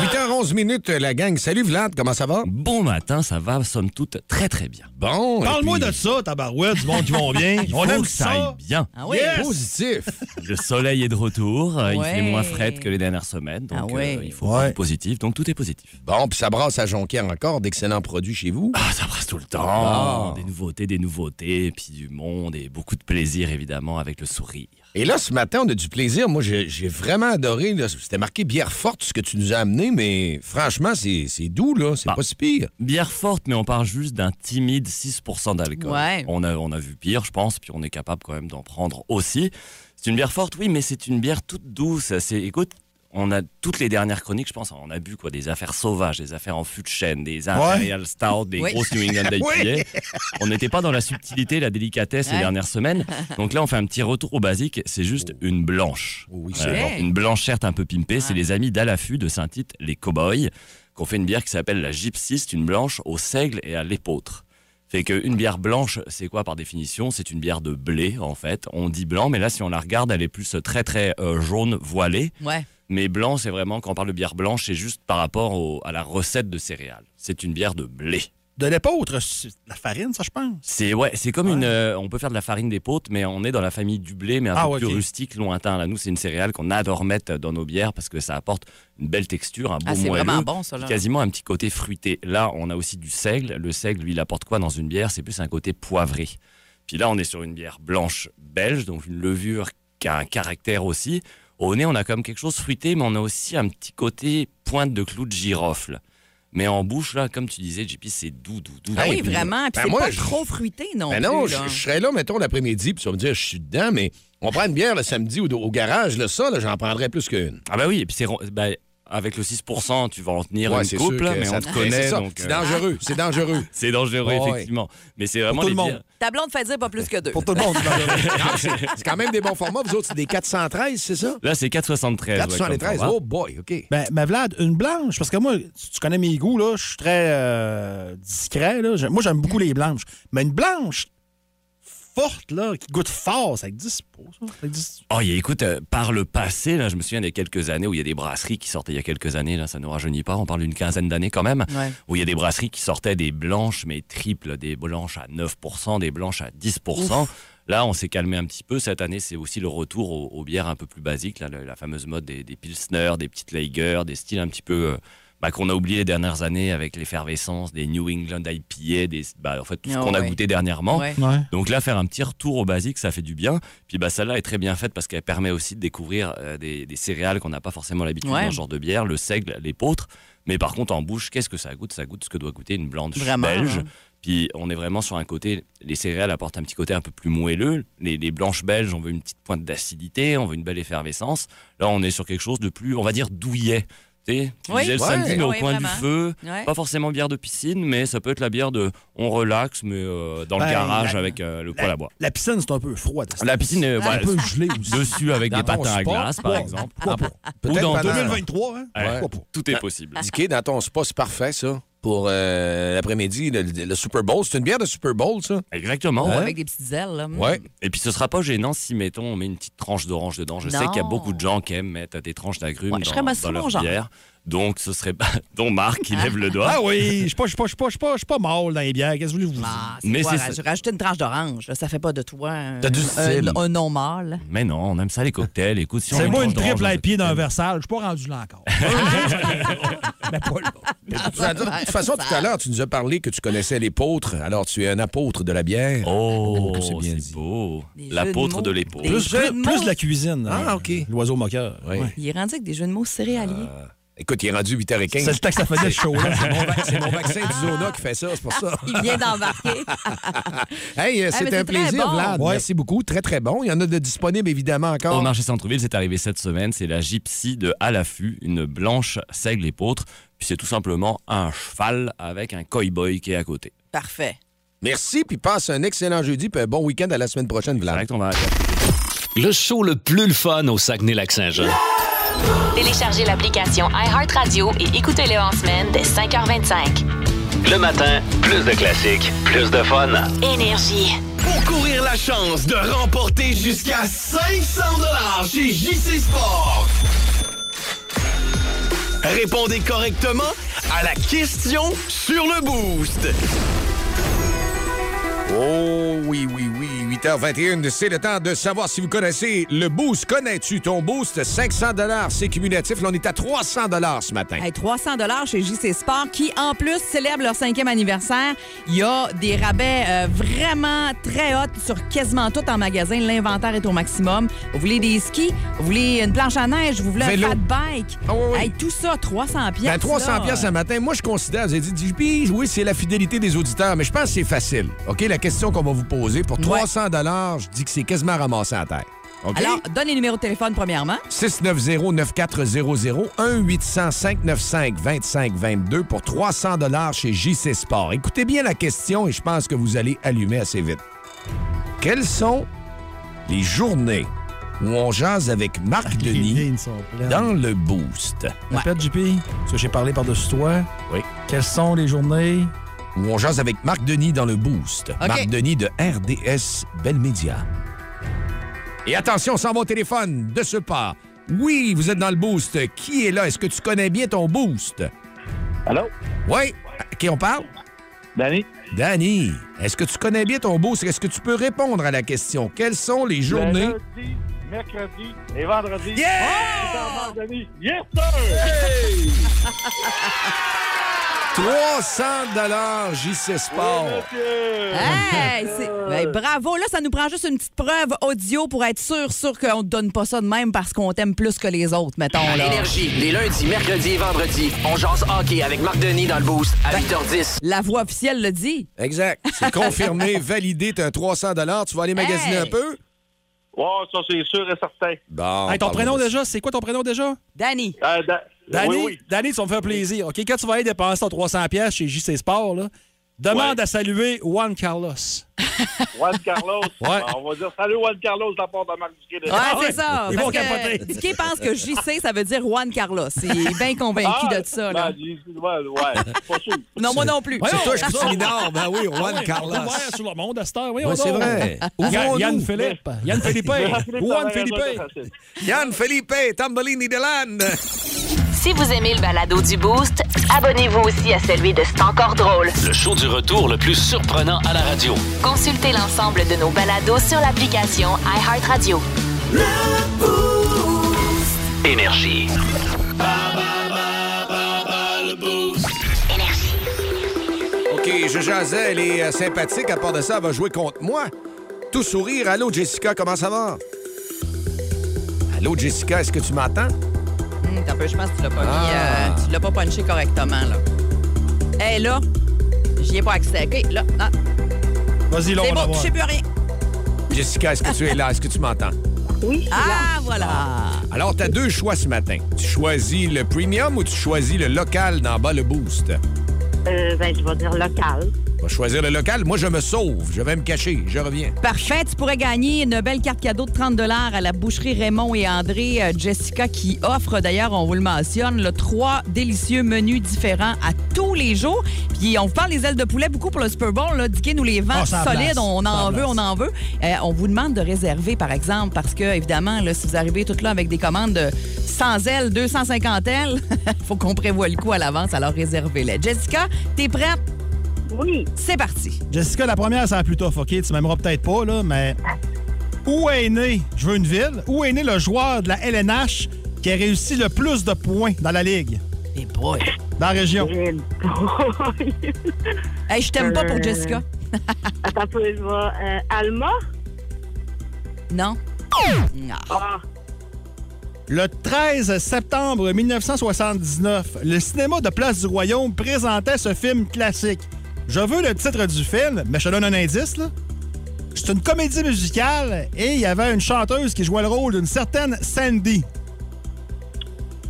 S3: 8h11 minutes, la gang. Salut Vlad, comment ça va?
S17: Bon matin, ça va, somme toute, très très bien.
S3: Bon. et
S5: Parle-moi
S3: puis-
S5: de ça, tabarouette, du monde qui vont bien.
S17: Il
S5: On
S17: faut
S5: aime
S17: que ça
S5: ça.
S17: aille bien.
S5: Ah oui, Yes.
S3: positif.
S17: Le soleil est de retour. euh,
S3: Ouais. Ah
S17: Il fait moins frette que les dernières semaines. Donc, euh, il faut prendre du positif. Donc, tout est positif.
S3: Bon, puis ça brasse à Jonquière encore d'excellents produits chez vous. Ah.
S17: Ah, ça brasse tout le temps. Des nouveautés, des nouveautés, puis du monde et beaucoup de plaisir, évidemment, avec le sourire.
S3: Et là, ce matin, on a du plaisir. Moi, j'ai j'ai vraiment adoré. là. C'était marqué bière forte, ce que tu nous as amené, mais franchement, c'est c'est doux, là. C'est pas si pire.
S17: Bah, Bière forte, mais on part juste d'un timide 6% d'alcool.
S4: Ouais.
S17: On, a, on a vu pire, je pense, puis on est capable quand même d'en prendre aussi. C'est une bière forte, oui, mais c'est une bière toute douce. C'est, écoute, on a toutes les dernières chroniques, je pense, on a bu quoi, des affaires sauvages, des affaires en fût de chêne, des Imperial Stout, des
S14: Oui.
S17: grosses New England IPA.
S14: Oui.
S17: On n'était pas dans la subtilité, la délicatesse
S14: Ouais.
S17: les dernières semaines. Donc là, on fait un petit retour au basique. C'est juste une blanche.
S14: c'est vrai.
S17: une blanchette un peu pimpée. C'est les amis d'Alafu de Saint-Tite, les Cowboys, qu'on fait une bière qui s'appelle la Gypsy. C'est une blanche au seigle et à l'épeautre. Fait qu'une bière blanche, c'est quoi par définition C'est une bière de blé, en fait. On dit blanc, mais là, si on la regarde, elle est plus très, très euh, jaune, voilée.
S4: Ouais.
S17: Mais blanc, c'est vraiment, quand on parle de bière blanche, c'est juste par rapport au- à la recette de céréales. C'est une bière de blé.
S5: De l'épeautre, c'est de la farine, ça, je pense.
S17: C'est ouais, c'est comme une. euh, on peut faire de la farine d'épaule, mais on est dans la famille du blé, mais un
S5: Ah,
S17: peu
S5: ouais,
S17: plus
S5: ok.
S17: rustique, lointain. Là, nous, c'est une céréale qu'on adore mettre dans nos bières parce que ça apporte une belle texture, un beau
S4: Ah, c'est
S17: moelleux,
S4: vraiment bon, ça, là.
S17: puis quasiment un petit côté fruité. Là, on a aussi du seigle. Le seigle, lui, il apporte quoi dans une bière C'est plus un côté poivré. Puis là, on est sur une bière blanche belge, donc une levure qui a un caractère aussi. Au nez, on a comme quelque chose fruité, mais on a aussi un petit côté pointe de clou de girofle. Mais en bouche, là, comme tu disais, JP, c'est doux, doux, doux.
S4: Ah
S17: doux,
S4: oui,
S17: doux.
S4: vraiment. Puis c'est pas trop fruité non
S3: Ben
S4: plus.
S3: non, je
S4: là.
S3: je serais là, mettons, l'après-midi, puis tu vas me dire, je suis dedans, mais on prend une bière le samedi au, au garage, là, ça, là, j'en prendrais plus qu'une.
S17: Ah bah oui, et puis c'est ro- bah, avec le 6%, tu vas en tenir
S3: Ouais,
S17: une
S3: c'est
S17: couple, hein,
S3: sûr que
S17: mais
S3: ça
S17: on
S3: te- euh,
S17: te connaît.
S3: c'est ça,
S17: donc, euh,
S3: c'est dangereux, c'est dangereux.
S17: c'est dangereux,
S3: Ouais.
S17: effectivement. Mais c'est vraiment
S3: tout
S17: les
S3: le monde.
S17: bières-
S4: Ta blonde fait dire pas plus que deux. Pour
S3: tout le monde. C'est quand même des bons formats. Vous autres, c'est des 413, c'est ça?
S17: Là, c'est 4,73.
S3: 473,
S17: ouais, comme
S3: oh boy, OK.
S5: Ben, mais Vlad, une blanche, parce que moi, tu tu connais mes goûts, là, je suis très euh, discret. Là. J'ai- Moi, j'aime beaucoup les blanches. Mais une blanche forte, là, qui goûte fort, ça existe pas, ça. Ça existe-
S17: Oh, et écoute, euh, par le passé, là, je me souviens des quelques années où il y a des brasseries qui sortaient il y a quelques années, là, ça ne nous rajeunit pas, on parle d'une quinzaine d'années quand même,
S4: Ouais.
S17: où il y a des brasseries qui sortaient des blanches, mais triples, des blanches à 9%, des blanches à 10%. Là, on s'est calmé un petit peu. Cette année, c'est aussi le retour aux, aux bières un peu plus basiques, là, la, la fameuse mode des, des Pilsner, des petites Lager, des styles un petit peu... euh, bah, qu'on a oublié les dernières années avec l'effervescence des New England IPA, des, bah, en fait tout ce
S4: Ah
S17: qu'on a
S4: ouais.
S17: goûté dernièrement.
S4: Ouais.
S5: Ouais.
S17: Donc là, faire un petit retour au basique, ça fait du bien. Puis bah, celle-là est très bien faite parce qu'elle permet aussi de découvrir euh, des, des céréales qu'on n'a pas forcément l'habitude
S4: Ouais.
S17: dans ce genre de bière, le seigle, l'épeautre. Mais par contre, en bouche, qu'est-ce que ça goûte Ça goûte ce que doit goûter une blanche
S4: Vraiment,
S17: belge.
S4: hein.
S17: Puis on est vraiment sur un côté, les céréales apportent un petit côté un peu plus moelleux. Les, les blanches belges, on veut une petite pointe d'acidité, on veut une belle effervescence. Là, on est sur quelque chose de plus, on va dire, douillet. Tu sais, tu
S4: Oui.
S17: disais le
S4: Ouais.
S17: samedi, mais au
S4: Oui,
S17: coin
S4: vraiment.
S17: du feu.
S4: Ouais.
S17: Pas forcément bière de piscine, mais ça peut être la bière de on relaxe, mais euh, dans
S5: Ben,
S17: le garage
S5: la-
S17: avec euh, le poêle à bois.
S5: La piscine, c'est un peu froid.
S17: La piscine est
S5: un peu gelée
S17: dessus avec
S3: Dans
S17: des
S3: ton
S17: patins à
S3: sport,
S17: glace, par
S3: ouais.
S17: exemple.
S3: Pourquoi pas?
S17: Ou
S3: Peut-être
S17: dans
S3: pendant-
S5: 2023, hein?
S17: Ouais.
S3: Pourquoi pas?
S17: Tout est possible.
S3: Dicky, dans ton spa, c'est parfait, ça, pour euh, l'après-midi, le, le Super Bowl. C'est une bière de Super Bowl, ça?
S17: Exactement. ouais.
S4: Avec des petites ailes, là. Mm.
S17: Et puis ce sera pas gênant si, mettons, on met une petite tranche d'orange dedans. Je sais
S4: Non.
S17: qu'il y a beaucoup de gens qui aiment mettre des tranches d'agrumes
S4: Ouais, je serais
S17: dans,
S4: massivement
S17: dans leur
S4: genre.
S17: bière. Donc, ce serait pas. Don Marc qui lève le doigt.
S5: Ah oui, je suis pas, je suis pas, je suis pas, je suis pas, je suis pas mâle dans les bières. Qu'est-ce que voulez-vous dire?
S17: Mais
S4: Mais
S17: c'est ça.
S4: Ah, c'est rajouter une tranche d'orange, là, ça fait pas de toi un,
S17: T'as du style.
S4: un, un non mâle.
S17: Mais non, on aime ça les cocktails. Écoute, si on a
S5: C'est moi une
S17: tranche
S5: triple
S17: d'orange,
S5: à pied d'un Versal. Je suis pas rendu là encore.
S3: Mais tu as dit- De toute façon, tout à l'heure, tu nous as parlé que tu connaissais l'épôtre, alors tu es un apôtre de la bière.
S17: Oh,
S3: c'est
S17: beau. L'apôtre de l'épaule.
S4: Des
S5: Plus,
S4: jeux de
S5: plus- plus
S4: mots.
S5: la cuisine.
S4: Ah,
S5: hein. L'oiseau moqueur. Ouais.
S4: Il est rendu avec des jeux de mots céréaliers.
S3: Écoute, il est rendu 8h15.
S5: C'est le temps que ça faisait chaud, là.
S3: C'est mon, vac- c'est mon vaccin du Zona qui fait ça, c'est pour ça.
S4: Il vient d'embarquer.
S3: Hey, euh,
S4: Ah, mais
S3: c'était
S4: c'est très
S3: un plaisir,
S4: bon.
S3: Vlad.
S4: Ouais.
S3: Merci beaucoup. Très, très bon. Il y en a de disponibles, évidemment, encore.
S17: Au marché Centre-Ville, c'est arrivé cette semaine. C'est la gypsy de À l'affût, une blanche seigle épeautre. Puis c'est tout simplement un cheval avec un cow-boy qui est à côté.
S4: Parfait.
S3: Merci, puis passe un excellent jeudi, puis un bon week-end à la semaine prochaine, Vlad.
S2: Le show le plus le fun au Saguenay-Lac-Saint-Jean.
S1: Téléchargez l'application iHeartRadio et écoutez-le en semaine dès 5h25.
S2: Le matin, plus de classiques, plus de fun.
S1: Énergie.
S15: Pour courir la chance de remporter jusqu'à 500 chez JC Sport. Répondez correctement à la question sur le boost.
S3: Oh oui, oui, oui, 8h21, c'est le temps de savoir si vous connaissez le boost. Connais-tu ton boost? 500 c'est cumulatif. Là, on est à 300 ce matin.
S4: Hey, 300 dollars chez JC Sport qui, en plus, célèbre leur cinquième anniversaire. Il y a des rabais euh, vraiment très hauts sur quasiment tout en magasin. L'inventaire est au maximum. Vous voulez des skis? Vous voulez une planche à neige? Vous voulez
S3: Vélo. Ah
S4: un fat bike? Hey, tout ça, 300 pièces.
S3: Ben, 300 pièces ce matin, moi, je considère, vous avez dit, dis- puis, oui, c'est la fidélité des auditeurs, mais je pense que c'est facile. OK, la question qu'on va vous poser, pour 300 je dis que c'est quasiment ramassé à terre. OK?
S4: Alors, donne les numéros de téléphone premièrement.
S3: 690-9400, 1-800-595-2522 pour 300 chez JC Sport. Écoutez bien la question et je pense que vous allez allumer assez vite. Quelles sont les journées où on jase avec Marc Denis dans le Boost?
S5: Répète, JP, parce que j'ai parlé par-dessus toi.
S3: Oui.
S5: Quelles sont les journées?
S3: Où on jase avec Marc Denis dans le Boost. Marc Denis de RDS Bell Media. Et attention, on s'en va au téléphone de ce pas. Oui, vous êtes dans le Boost. Qui est là? Est-ce que tu connais bien ton Boost?
S18: Allô?
S3: Oui. À qui on parle?
S18: Danny.
S3: Danny, est-ce que tu connais bien ton Boost? Est-ce que tu peux répondre à la question? Quelles sont les journées...
S18: Le lundi, mercredi et vendredi.
S3: Yeah!
S18: Oh! C'est en vendredi. Yes, sir!
S3: 300 JC Sport.
S4: Hey, c'est- ben, bravo. Là, ça nous prend juste une petite preuve audio pour être sûr, sûr qu'on te donne pas ça de même parce qu'on t'aime plus que les autres, mettons.
S12: À
S4: là.
S12: Énergie, les lundis, mercredis et vendredis, on jase hockey avec Marc Denis dans le boost à
S3: Ben,
S12: 8h10.
S4: La voix officielle le dit.
S3: Exact. C'est confirmé, validé, t'as un 300 Tu vas aller magasiner un peu?
S18: Ouais, ça, c'est sûr et certain.
S3: Bon.
S5: Hey, ton prénom déjà, c'est quoi ton prénom déjà?
S4: Danny.
S5: Danny,
S18: Euh, Oui, oui.
S5: Danny, tu vas me faire plaisir. OK, quand tu vas aller dépenser ton 300 pièces chez JC Sport, là, demande à saluer Juan Carlos.
S18: Juan Carlos.
S5: Ouais.
S18: On va dire salut, Juan Carlos, de la part de Marc Duquet.
S4: Ouais, c'est ça.
S18: Ah Ils
S4: parce
S18: vont
S4: que
S18: capoter.
S4: Dicky pense que JC, ça veut dire Juan Carlos. Il est bien convaincu de ça. Là.
S18: Ben, j'ai- ouais, ouais, c'est pas sûr.
S4: Non, moi non plus.
S5: Voyons,
S4: toi, je suis
S5: ça.
S3: mineur. Ben oui, Juan
S5: Ah Oh! ouais,
S3: Carlos.
S5: on est ouvert sur le monde à cette heure, voyons
S3: Ouais, c'est
S5: donc.
S3: vrai.
S5: Yann,
S3: Ouvrons-nous.
S5: Yann Philippe. Yann Philippe. Juan Philippe.
S3: Yann Felipe, Tambolini Deland.
S1: Si vous aimez le balado du Boost, abonnez-vous aussi à celui de C'est encore drôle.
S2: Le show du retour le plus surprenant à la radio.
S1: Consultez l'ensemble de nos balados sur l'application iHeartRadio.
S2: Énergie.
S3: OK, je jasais, elle est euh, sympathique. À part de ça, elle va jouer contre moi. Tout sourire. Allô, Jessica, comment ça va? Allô, Jessica, est-ce que tu m'entends?
S4: Hum, t'as peu, je pense que tu l'as pas mis,
S3: Ah.
S4: euh, tu l'as pas punché correctement. là. Hé, là, j'y ai pas accès. OK, là, non.
S5: Vas-y, là,
S4: C'est
S5: on va
S4: bon, je
S5: voir.
S4: sais plus rien.
S3: Jessica, est-ce que tu es là? Est-ce que tu m'entends?
S4: Oui. Ah, voilà.
S3: Alors, tu as deux choix ce matin. Tu choisis le premium ou tu choisis le local d'en bas, le boost?
S19: Euh, ben, je vais dire local.
S3: Va choisir le local. Moi, je me sauve. Je vais me cacher. Je reviens.
S4: Parfait, tu pourrais gagner une belle carte cadeau de 30 à la boucherie Raymond et André. Euh, Jessica qui offre, d'ailleurs, on vous le mentionne, le trois délicieux menus différents à tous les jours. Puis on vous parle des ailes de poulet beaucoup pour le Super Bowl. Là. Dicky nous les vend
S19: Ah, ça en
S4: solides.
S19: place.
S4: On
S19: Ça
S4: en
S19: en
S4: veut,
S19: place.
S4: on en veut. Euh, on vous demande de réserver, par exemple, parce que, évidemment, là, si vous arrivez tout là avec des commandes de 100 ailes, 250 ailes, faut qu'on prévoie le coup à l'avance, alors réservez-les. Jessica, t'es prête? Oui. C'est parti.
S5: Jessica, la première, c'est la plus tough, OK? Tu m'aimeras peut-être pas, là, mais... Où est né, je veux une ville, où est né le joueur de la LNH qui a réussi le plus de points dans la Ligue?
S4: Et boy!
S5: Dans la région.
S4: Hey, je t'aime pas pour
S8: Euh,
S4: Jessica.
S8: Attends, un peu, je vois. Euh, Alma?
S4: Non.
S8: Ah.
S5: Le 13 septembre 1979, le cinéma de Place du Royaume présentait ce film classique. Je veux le titre du film, mais je te donne un indice. là. C'est une comédie musicale et il y avait une chanteuse qui jouait le rôle d'une certaine Sandy.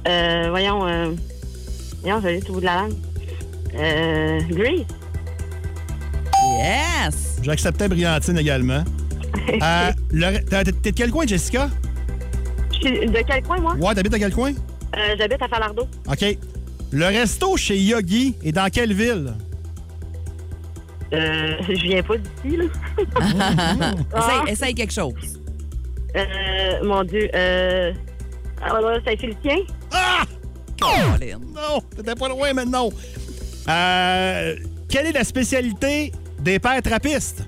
S8: Euh, voyons, euh, voyons, j'ai juste au bout de la langue. Euh, Grease?
S4: Yes!
S5: J'acceptais Brillantine également. Euh, le- t'as- t'es- T'es de quel coin, Jessica?
S8: Je suis de quel coin, moi?
S5: Ouais, t'habites à quel coin?
S8: Euh, J'habite à Falardeau.
S5: OK. Le resto chez Yogi est dans quelle ville?
S8: Euh, je viens pas d'ici, là. Ah.
S4: essaye, essaye quelque chose.
S8: Euh, mon Dieu, euh... Ah, ouais, ouais, ça a été le tien?
S5: Ah! Non, t'étais pas loin, mais non. Euh, quelle est la spécialité des pères trappistes?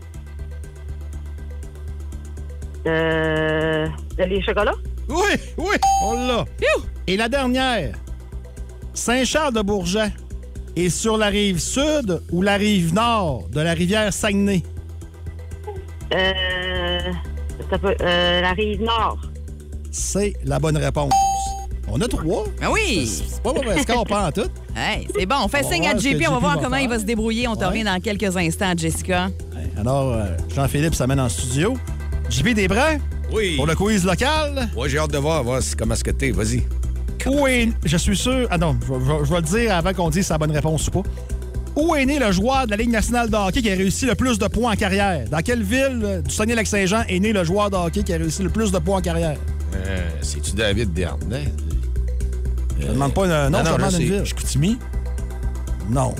S8: Euh... Les chocolats?
S5: Oui, oui, on l'a. Et la dernière, Saint-Charles-de-Bourget est sur la rive sud ou la rive nord de la rivière Saguenay?
S8: Euh... Ça peut... Euh, la rive nord.
S5: C'est la bonne réponse. On a trois.
S4: Ah oui!
S5: C'est c'est pas mauvais score, pas en tout.
S4: Hey, c'est bon, on fait
S5: On va
S4: signe
S5: voir
S4: à
S5: ce que
S4: JP, on va
S5: JP
S4: voir
S5: va
S4: comment il va
S5: faire.
S4: se débrouiller. On te
S5: Ouais.
S4: revient dans quelques instants, Jessica.
S5: Alors, euh, Jean-Philippe s'amène en studio. JP Desbrun?
S3: Oui.
S5: Pour le quiz local?
S3: Moi, j'ai hâte de voir, voir comment est-ce que t'es. Vas-y.
S5: Où est... Je suis sûr... Ah non, je, vais- je vais- je vais le dire avant qu'on dise sa bonne réponse ou pas. Où est né le joueur de la Ligue nationale de hockey qui a réussi le plus de points en carrière? Dans quelle ville euh, du Saguenay-Lac-Saint-Jean est né le joueur de hockey qui a réussi le plus de points en carrière?
S3: Euh, C'est-tu David Desharnais?
S5: Je te demande pas une- non, je te demande
S3: Euh, je
S5: une
S3: sais.
S5: ville.
S3: Je Chicoutimi?
S5: Non.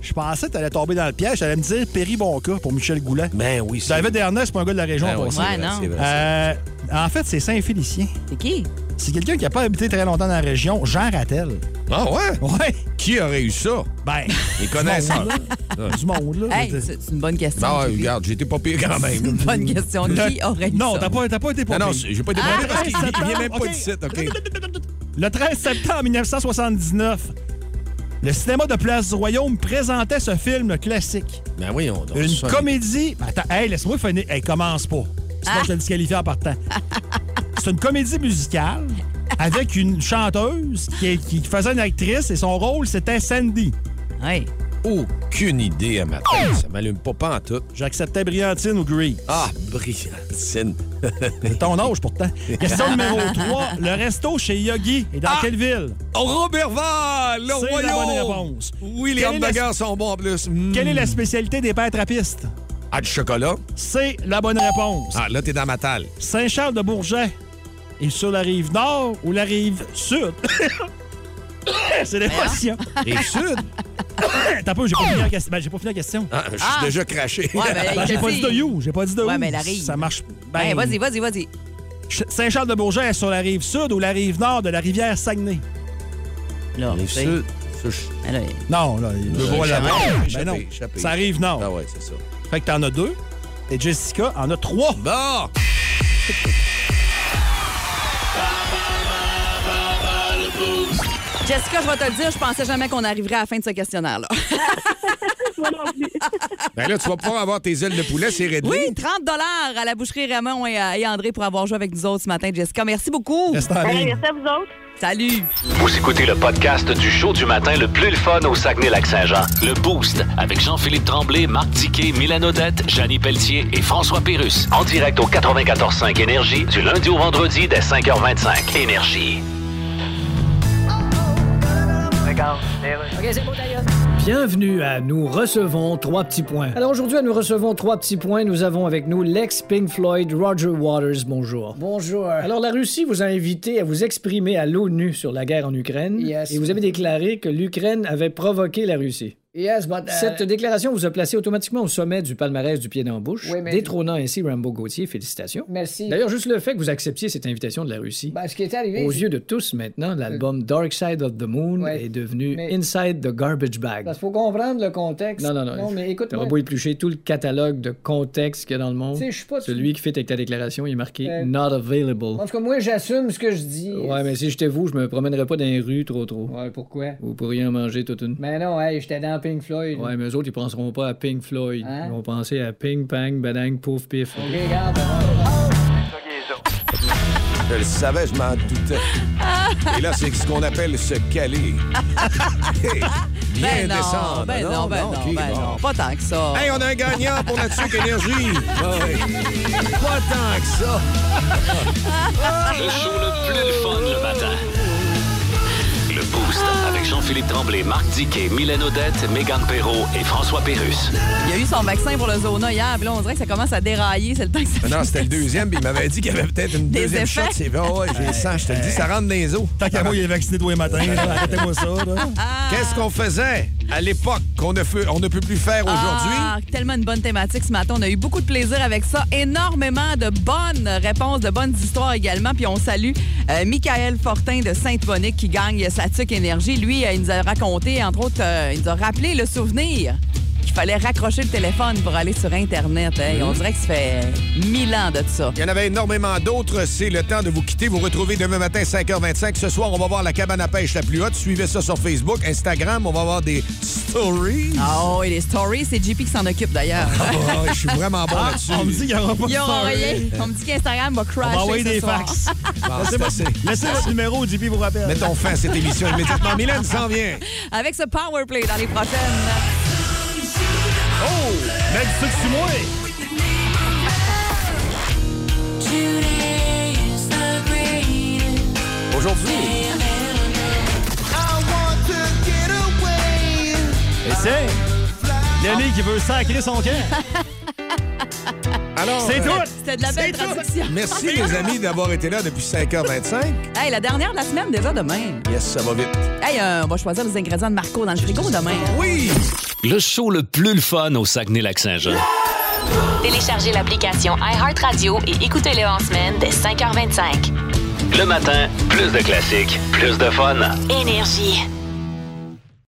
S5: Je pensais que t'allais tomber dans le piège. T'allais me dire Perry Bonca pour Michel Goulet.
S3: Ben oui, c'est
S5: David Dernay, c'est pas un gars de la région.
S3: Ben
S5: pour
S3: oui,
S5: ça.
S4: c'est vrai, Ouais, non. c'est vrai,
S5: Euh, en fait, c'est Saint-Félicien.
S4: C'est qui?
S5: C'est quelqu'un qui a pas habité très longtemps dans la région, Jean Rattel.
S3: Ah ouais?
S5: Ouais.
S3: Qui aurait eu ça?
S5: Ben.
S3: Les connaisseurs. Ah. Ben
S5: monde,
S3: Ouais.
S5: Du monde, là.
S4: Hey, c'est c'est une bonne question.
S3: Non,
S4: JP.
S3: regarde, j'étais pas pire quand
S4: C'est une
S3: même.
S4: bonne question. Qui aurait eu
S5: Non,
S4: ça?
S5: t'as Ah, pas, t'as pas été
S3: Non,
S5: pour
S3: non, j'ai pas été
S4: Ah,
S3: pire parce qu'il
S5: septembre,
S3: il vient même pas
S5: ok.
S3: d'ici, OK?
S5: Le 13 septembre 1979, le cinéma de Place du Royaume présentait ce film classique.
S3: Ben voyons donc.
S5: Une
S3: ça,
S5: comédie. Ben Attends, hey, laisse-moi finir. Hey, commence pas.
S3: Ah.
S5: Sinon, je te disqualifie en partant. C'est une comédie musicale avec une chanteuse qui, qui faisait une actrice et son rôle, c'était Sandy.
S4: Hey.
S3: Aucune idée à ma tête. Ça m'allume pas, pas en tout.
S5: J'acceptais Briantine ou Grease.
S3: Ah, Briantine.
S5: C'est ton âge pourtant. Question numéro 3. Le resto chez Yogi est dans quelle ville?
S3: Robertval, Ah! le
S5: C'est la
S3: royaume.
S5: bonne réponse.
S3: Ah, Oui, les
S5: Quelle est la-
S3: hamburgers sont bons en plus. Mm.
S5: Quelle est la spécialité des pères trappistes?
S3: Ah, du chocolat?
S5: C'est la bonne réponse.
S3: Ah, là, t'es dans ma tale.
S5: Saint-Charles-de-Bourget est sur la rive nord ou la rive sud? C'est l'émotion.
S3: Rive sud?
S5: T'as pas, j'ai pas fini la question. Ben, j'ai pas fini la question.
S3: Ah, je suis
S4: Ah.
S3: déjà craché.
S4: Ouais, ben,
S5: Ben, j'ai pas dit de you, j'ai pas dit de
S4: Ouais,
S5: où.
S4: mais la rive.
S5: Ça marche.
S4: Ben, vas-y, vas-y, vas-y.
S5: Ch- Saint-Charles-de-Bourget est sur la rive sud ou la rive nord de la rivière Saguenay?
S4: Là,
S3: Rive
S4: c'est-
S3: sud. Ça, je-
S4: Ah, là,
S5: Non, là, le
S3: Euh,
S5: bois là
S3: échappé,
S5: Ben non,
S3: échappé, échappé.
S5: ça arrive nord.
S3: Ah ouais, c'est ça.
S5: Fait que t'en as deux et Jessica en a trois.
S3: Bon!
S4: Jessica, je vais te le dire, je pensais jamais qu'on arriverait à la fin de ce questionnaire-là.
S3: Ben là, tu vas pouvoir avoir tes ailes de poulet, c'est réduit.
S4: Oui, 30 à la boucherie Raymond et, à- et André pour avoir joué avec nous autres ce matin, Jessica. Merci beaucoup.
S5: Reste en ligne.
S8: Merci à vous autres.
S4: Salut.
S2: Vous écoutez le podcast du show du matin le plus le fun au Saguenay-Lac-Saint-Jean. Le Boost avec Jean-Philippe Tremblay, Marc Diquet, Milan Odette, Janine Pelletier et François Pérus. En direct au 94.5 Énergie du lundi au vendredi dès 5h25. Énergie.
S16: OK, c'est beau, d'ailleurs.
S7: Bienvenue à Nous recevons trois petits points. Alors aujourd'hui, à Nous recevons trois petits points, nous avons avec nous l'ex Pink Floyd Roger Waters. Bonjour.
S6: Bonjour. euh,
S7: Alors la Russie vous a invité à vous exprimer à l'ONU sur la guerre en Ukraine
S6: Yes.
S7: et vous avez déclaré que l'Ukraine avait provoqué la Russie.
S6: Yes, but... euh,
S7: Cette déclaration vous a placé automatiquement au sommet du palmarès du pied dans la bouche,
S6: Oui, mais-
S7: détrônant ainsi Rambo Gauthier. Félicitations.
S6: Merci.
S7: D'ailleurs, juste le fait que vous acceptiez cette invitation de la Russie.
S6: Ben, ce qui est arrivé...
S7: Aux yeux de tous maintenant, l'album Dark Side of the Moon est devenu
S6: Euh, mais-
S7: Inside the Garbage Bag.
S6: Parce qu'il faut comprendre le contexte.
S7: Non, non, non.
S6: Non, mais écoute
S7: T'auras beau éplucher tout le catalogue de contexte qu'il y a dans le monde.
S6: Tu sais, je suis pas-
S7: Celui qui fait avec ta déclaration, il est marqué
S6: Euh,
S7: Not available.
S6: En tout cas, moi, j'assume ce que je dis.
S7: Ouais, mais si j'étais vous, je me promènerais pas dans les rues trop trop.
S6: Ouais, pourquoi?
S7: Vous pourriez en manger toute une.
S6: Mais non, hey, j'étais dans Pink Floyd.
S7: Ouais, mais eux autres, ils penseront pas à Pink Floyd.
S6: Hein?
S7: Ils vont penser à Ping Pang, Badang, Pouf Pif.
S6: OK, regarde.
S3: Je le savais, je m'en doutais. Et là, c'est ce qu'on appelle se caler. Hey, bien
S4: Ben non,
S3: descendre.
S4: ben non, ben non,
S3: ok,
S4: ben
S3: bon.
S4: non. Pas tant que ça.
S3: Hey, on a un gagnant pour notre sucre énergie. Ah ouais. Pas tant que ça. Ah.
S2: Le show le plus le fun le matin. Le Boost avec Jean-Philippe Tremblay, Marc Diquet, Mylène Odette, Megan Perrault et François Pérus.
S4: Il y a eu son vaccin pour le zona hier, puis là, on dirait que ça commence à dérailler. C'est le temps que ça
S3: Mais Non, c'était le deuxième, puis il m'avait dit qu'il y avait peut-être une
S4: Des
S3: deuxième
S4: effets.
S3: shot. C'est vrai, ouais, j'ai le sang, je te le dis, ça rentre dans les os.
S5: Tant qu'à moi, il est vacciné tous les matins. là. Arrêtez-moi ça. là.
S4: Ah.
S3: Qu'est-ce qu'on faisait à l'époque qu'on ne, fe- on ne peut plus faire aujourd'hui?
S4: Ah, tellement une bonne thématique ce matin. On a eu beaucoup de plaisir avec ça. Énormément de bonnes réponses, de bonnes histoires également. Puis on salue euh, Michael Fortin de Sainte-Monique qui gagne sa tuque énergie. Lui, euh, il nous a raconté, entre autres, euh, il nous a rappelé le souvenir qu'il fallait raccrocher le téléphone pour aller sur Internet. hein. Et on dirait que ça fait euh, mille ans de ça.
S3: Il y en avait énormément d'autres. C'est le temps de vous quitter. Vous retrouvez demain matin 5h25. Ce soir, on va voir la cabane à pêche la plus haute. Suivez ça sur Facebook, Instagram. On va voir des stories.
S4: Ah oh, et les stories, c'est JP qui s'en occupe d'ailleurs.
S3: Ah, je suis vraiment bon là-dessus.
S5: on me dit qu'il y aura pas
S4: Il y
S5: de
S4: aura
S5: story.
S4: rien. On me dit qu'Instagram va
S5: On
S4: crasher
S5: va envoyer
S4: ce
S5: des
S4: soir.
S5: fax.
S3: Bon,
S5: Laissez
S3: c'est assez.
S5: votre- Laissez votre numéro, JP vous rappelle.
S3: Mettons fin à cette émission immédiatement. Mylène s'en vient.
S4: Avec ce power play dans les prochaines.
S5: Oh! Mets du sucre sur moi!
S3: Aujourd'hui.
S5: Et c'est
S3: Ah.
S5: Yannick qui veut sacrer son camp.
S3: Alors,
S5: C'est
S3: euh,
S5: tout!
S4: C'était de la belle traduction.
S3: Merci, les amis, d'avoir été là depuis 5h25.
S4: Hey, la dernière de la semaine déjà demain.
S3: Yes, ça va vite.
S4: Hey, euh, on va choisir les ingrédients de Marco dans le frigo demain.
S3: Oui!
S2: Le show le plus le fun au Saguenay-Lac-Saint-Jean.
S1: Téléchargez l'application iHeartRadio et écoutez-le en semaine dès 5h25.
S2: Le matin, plus de classiques, plus de fun.
S1: Énergie.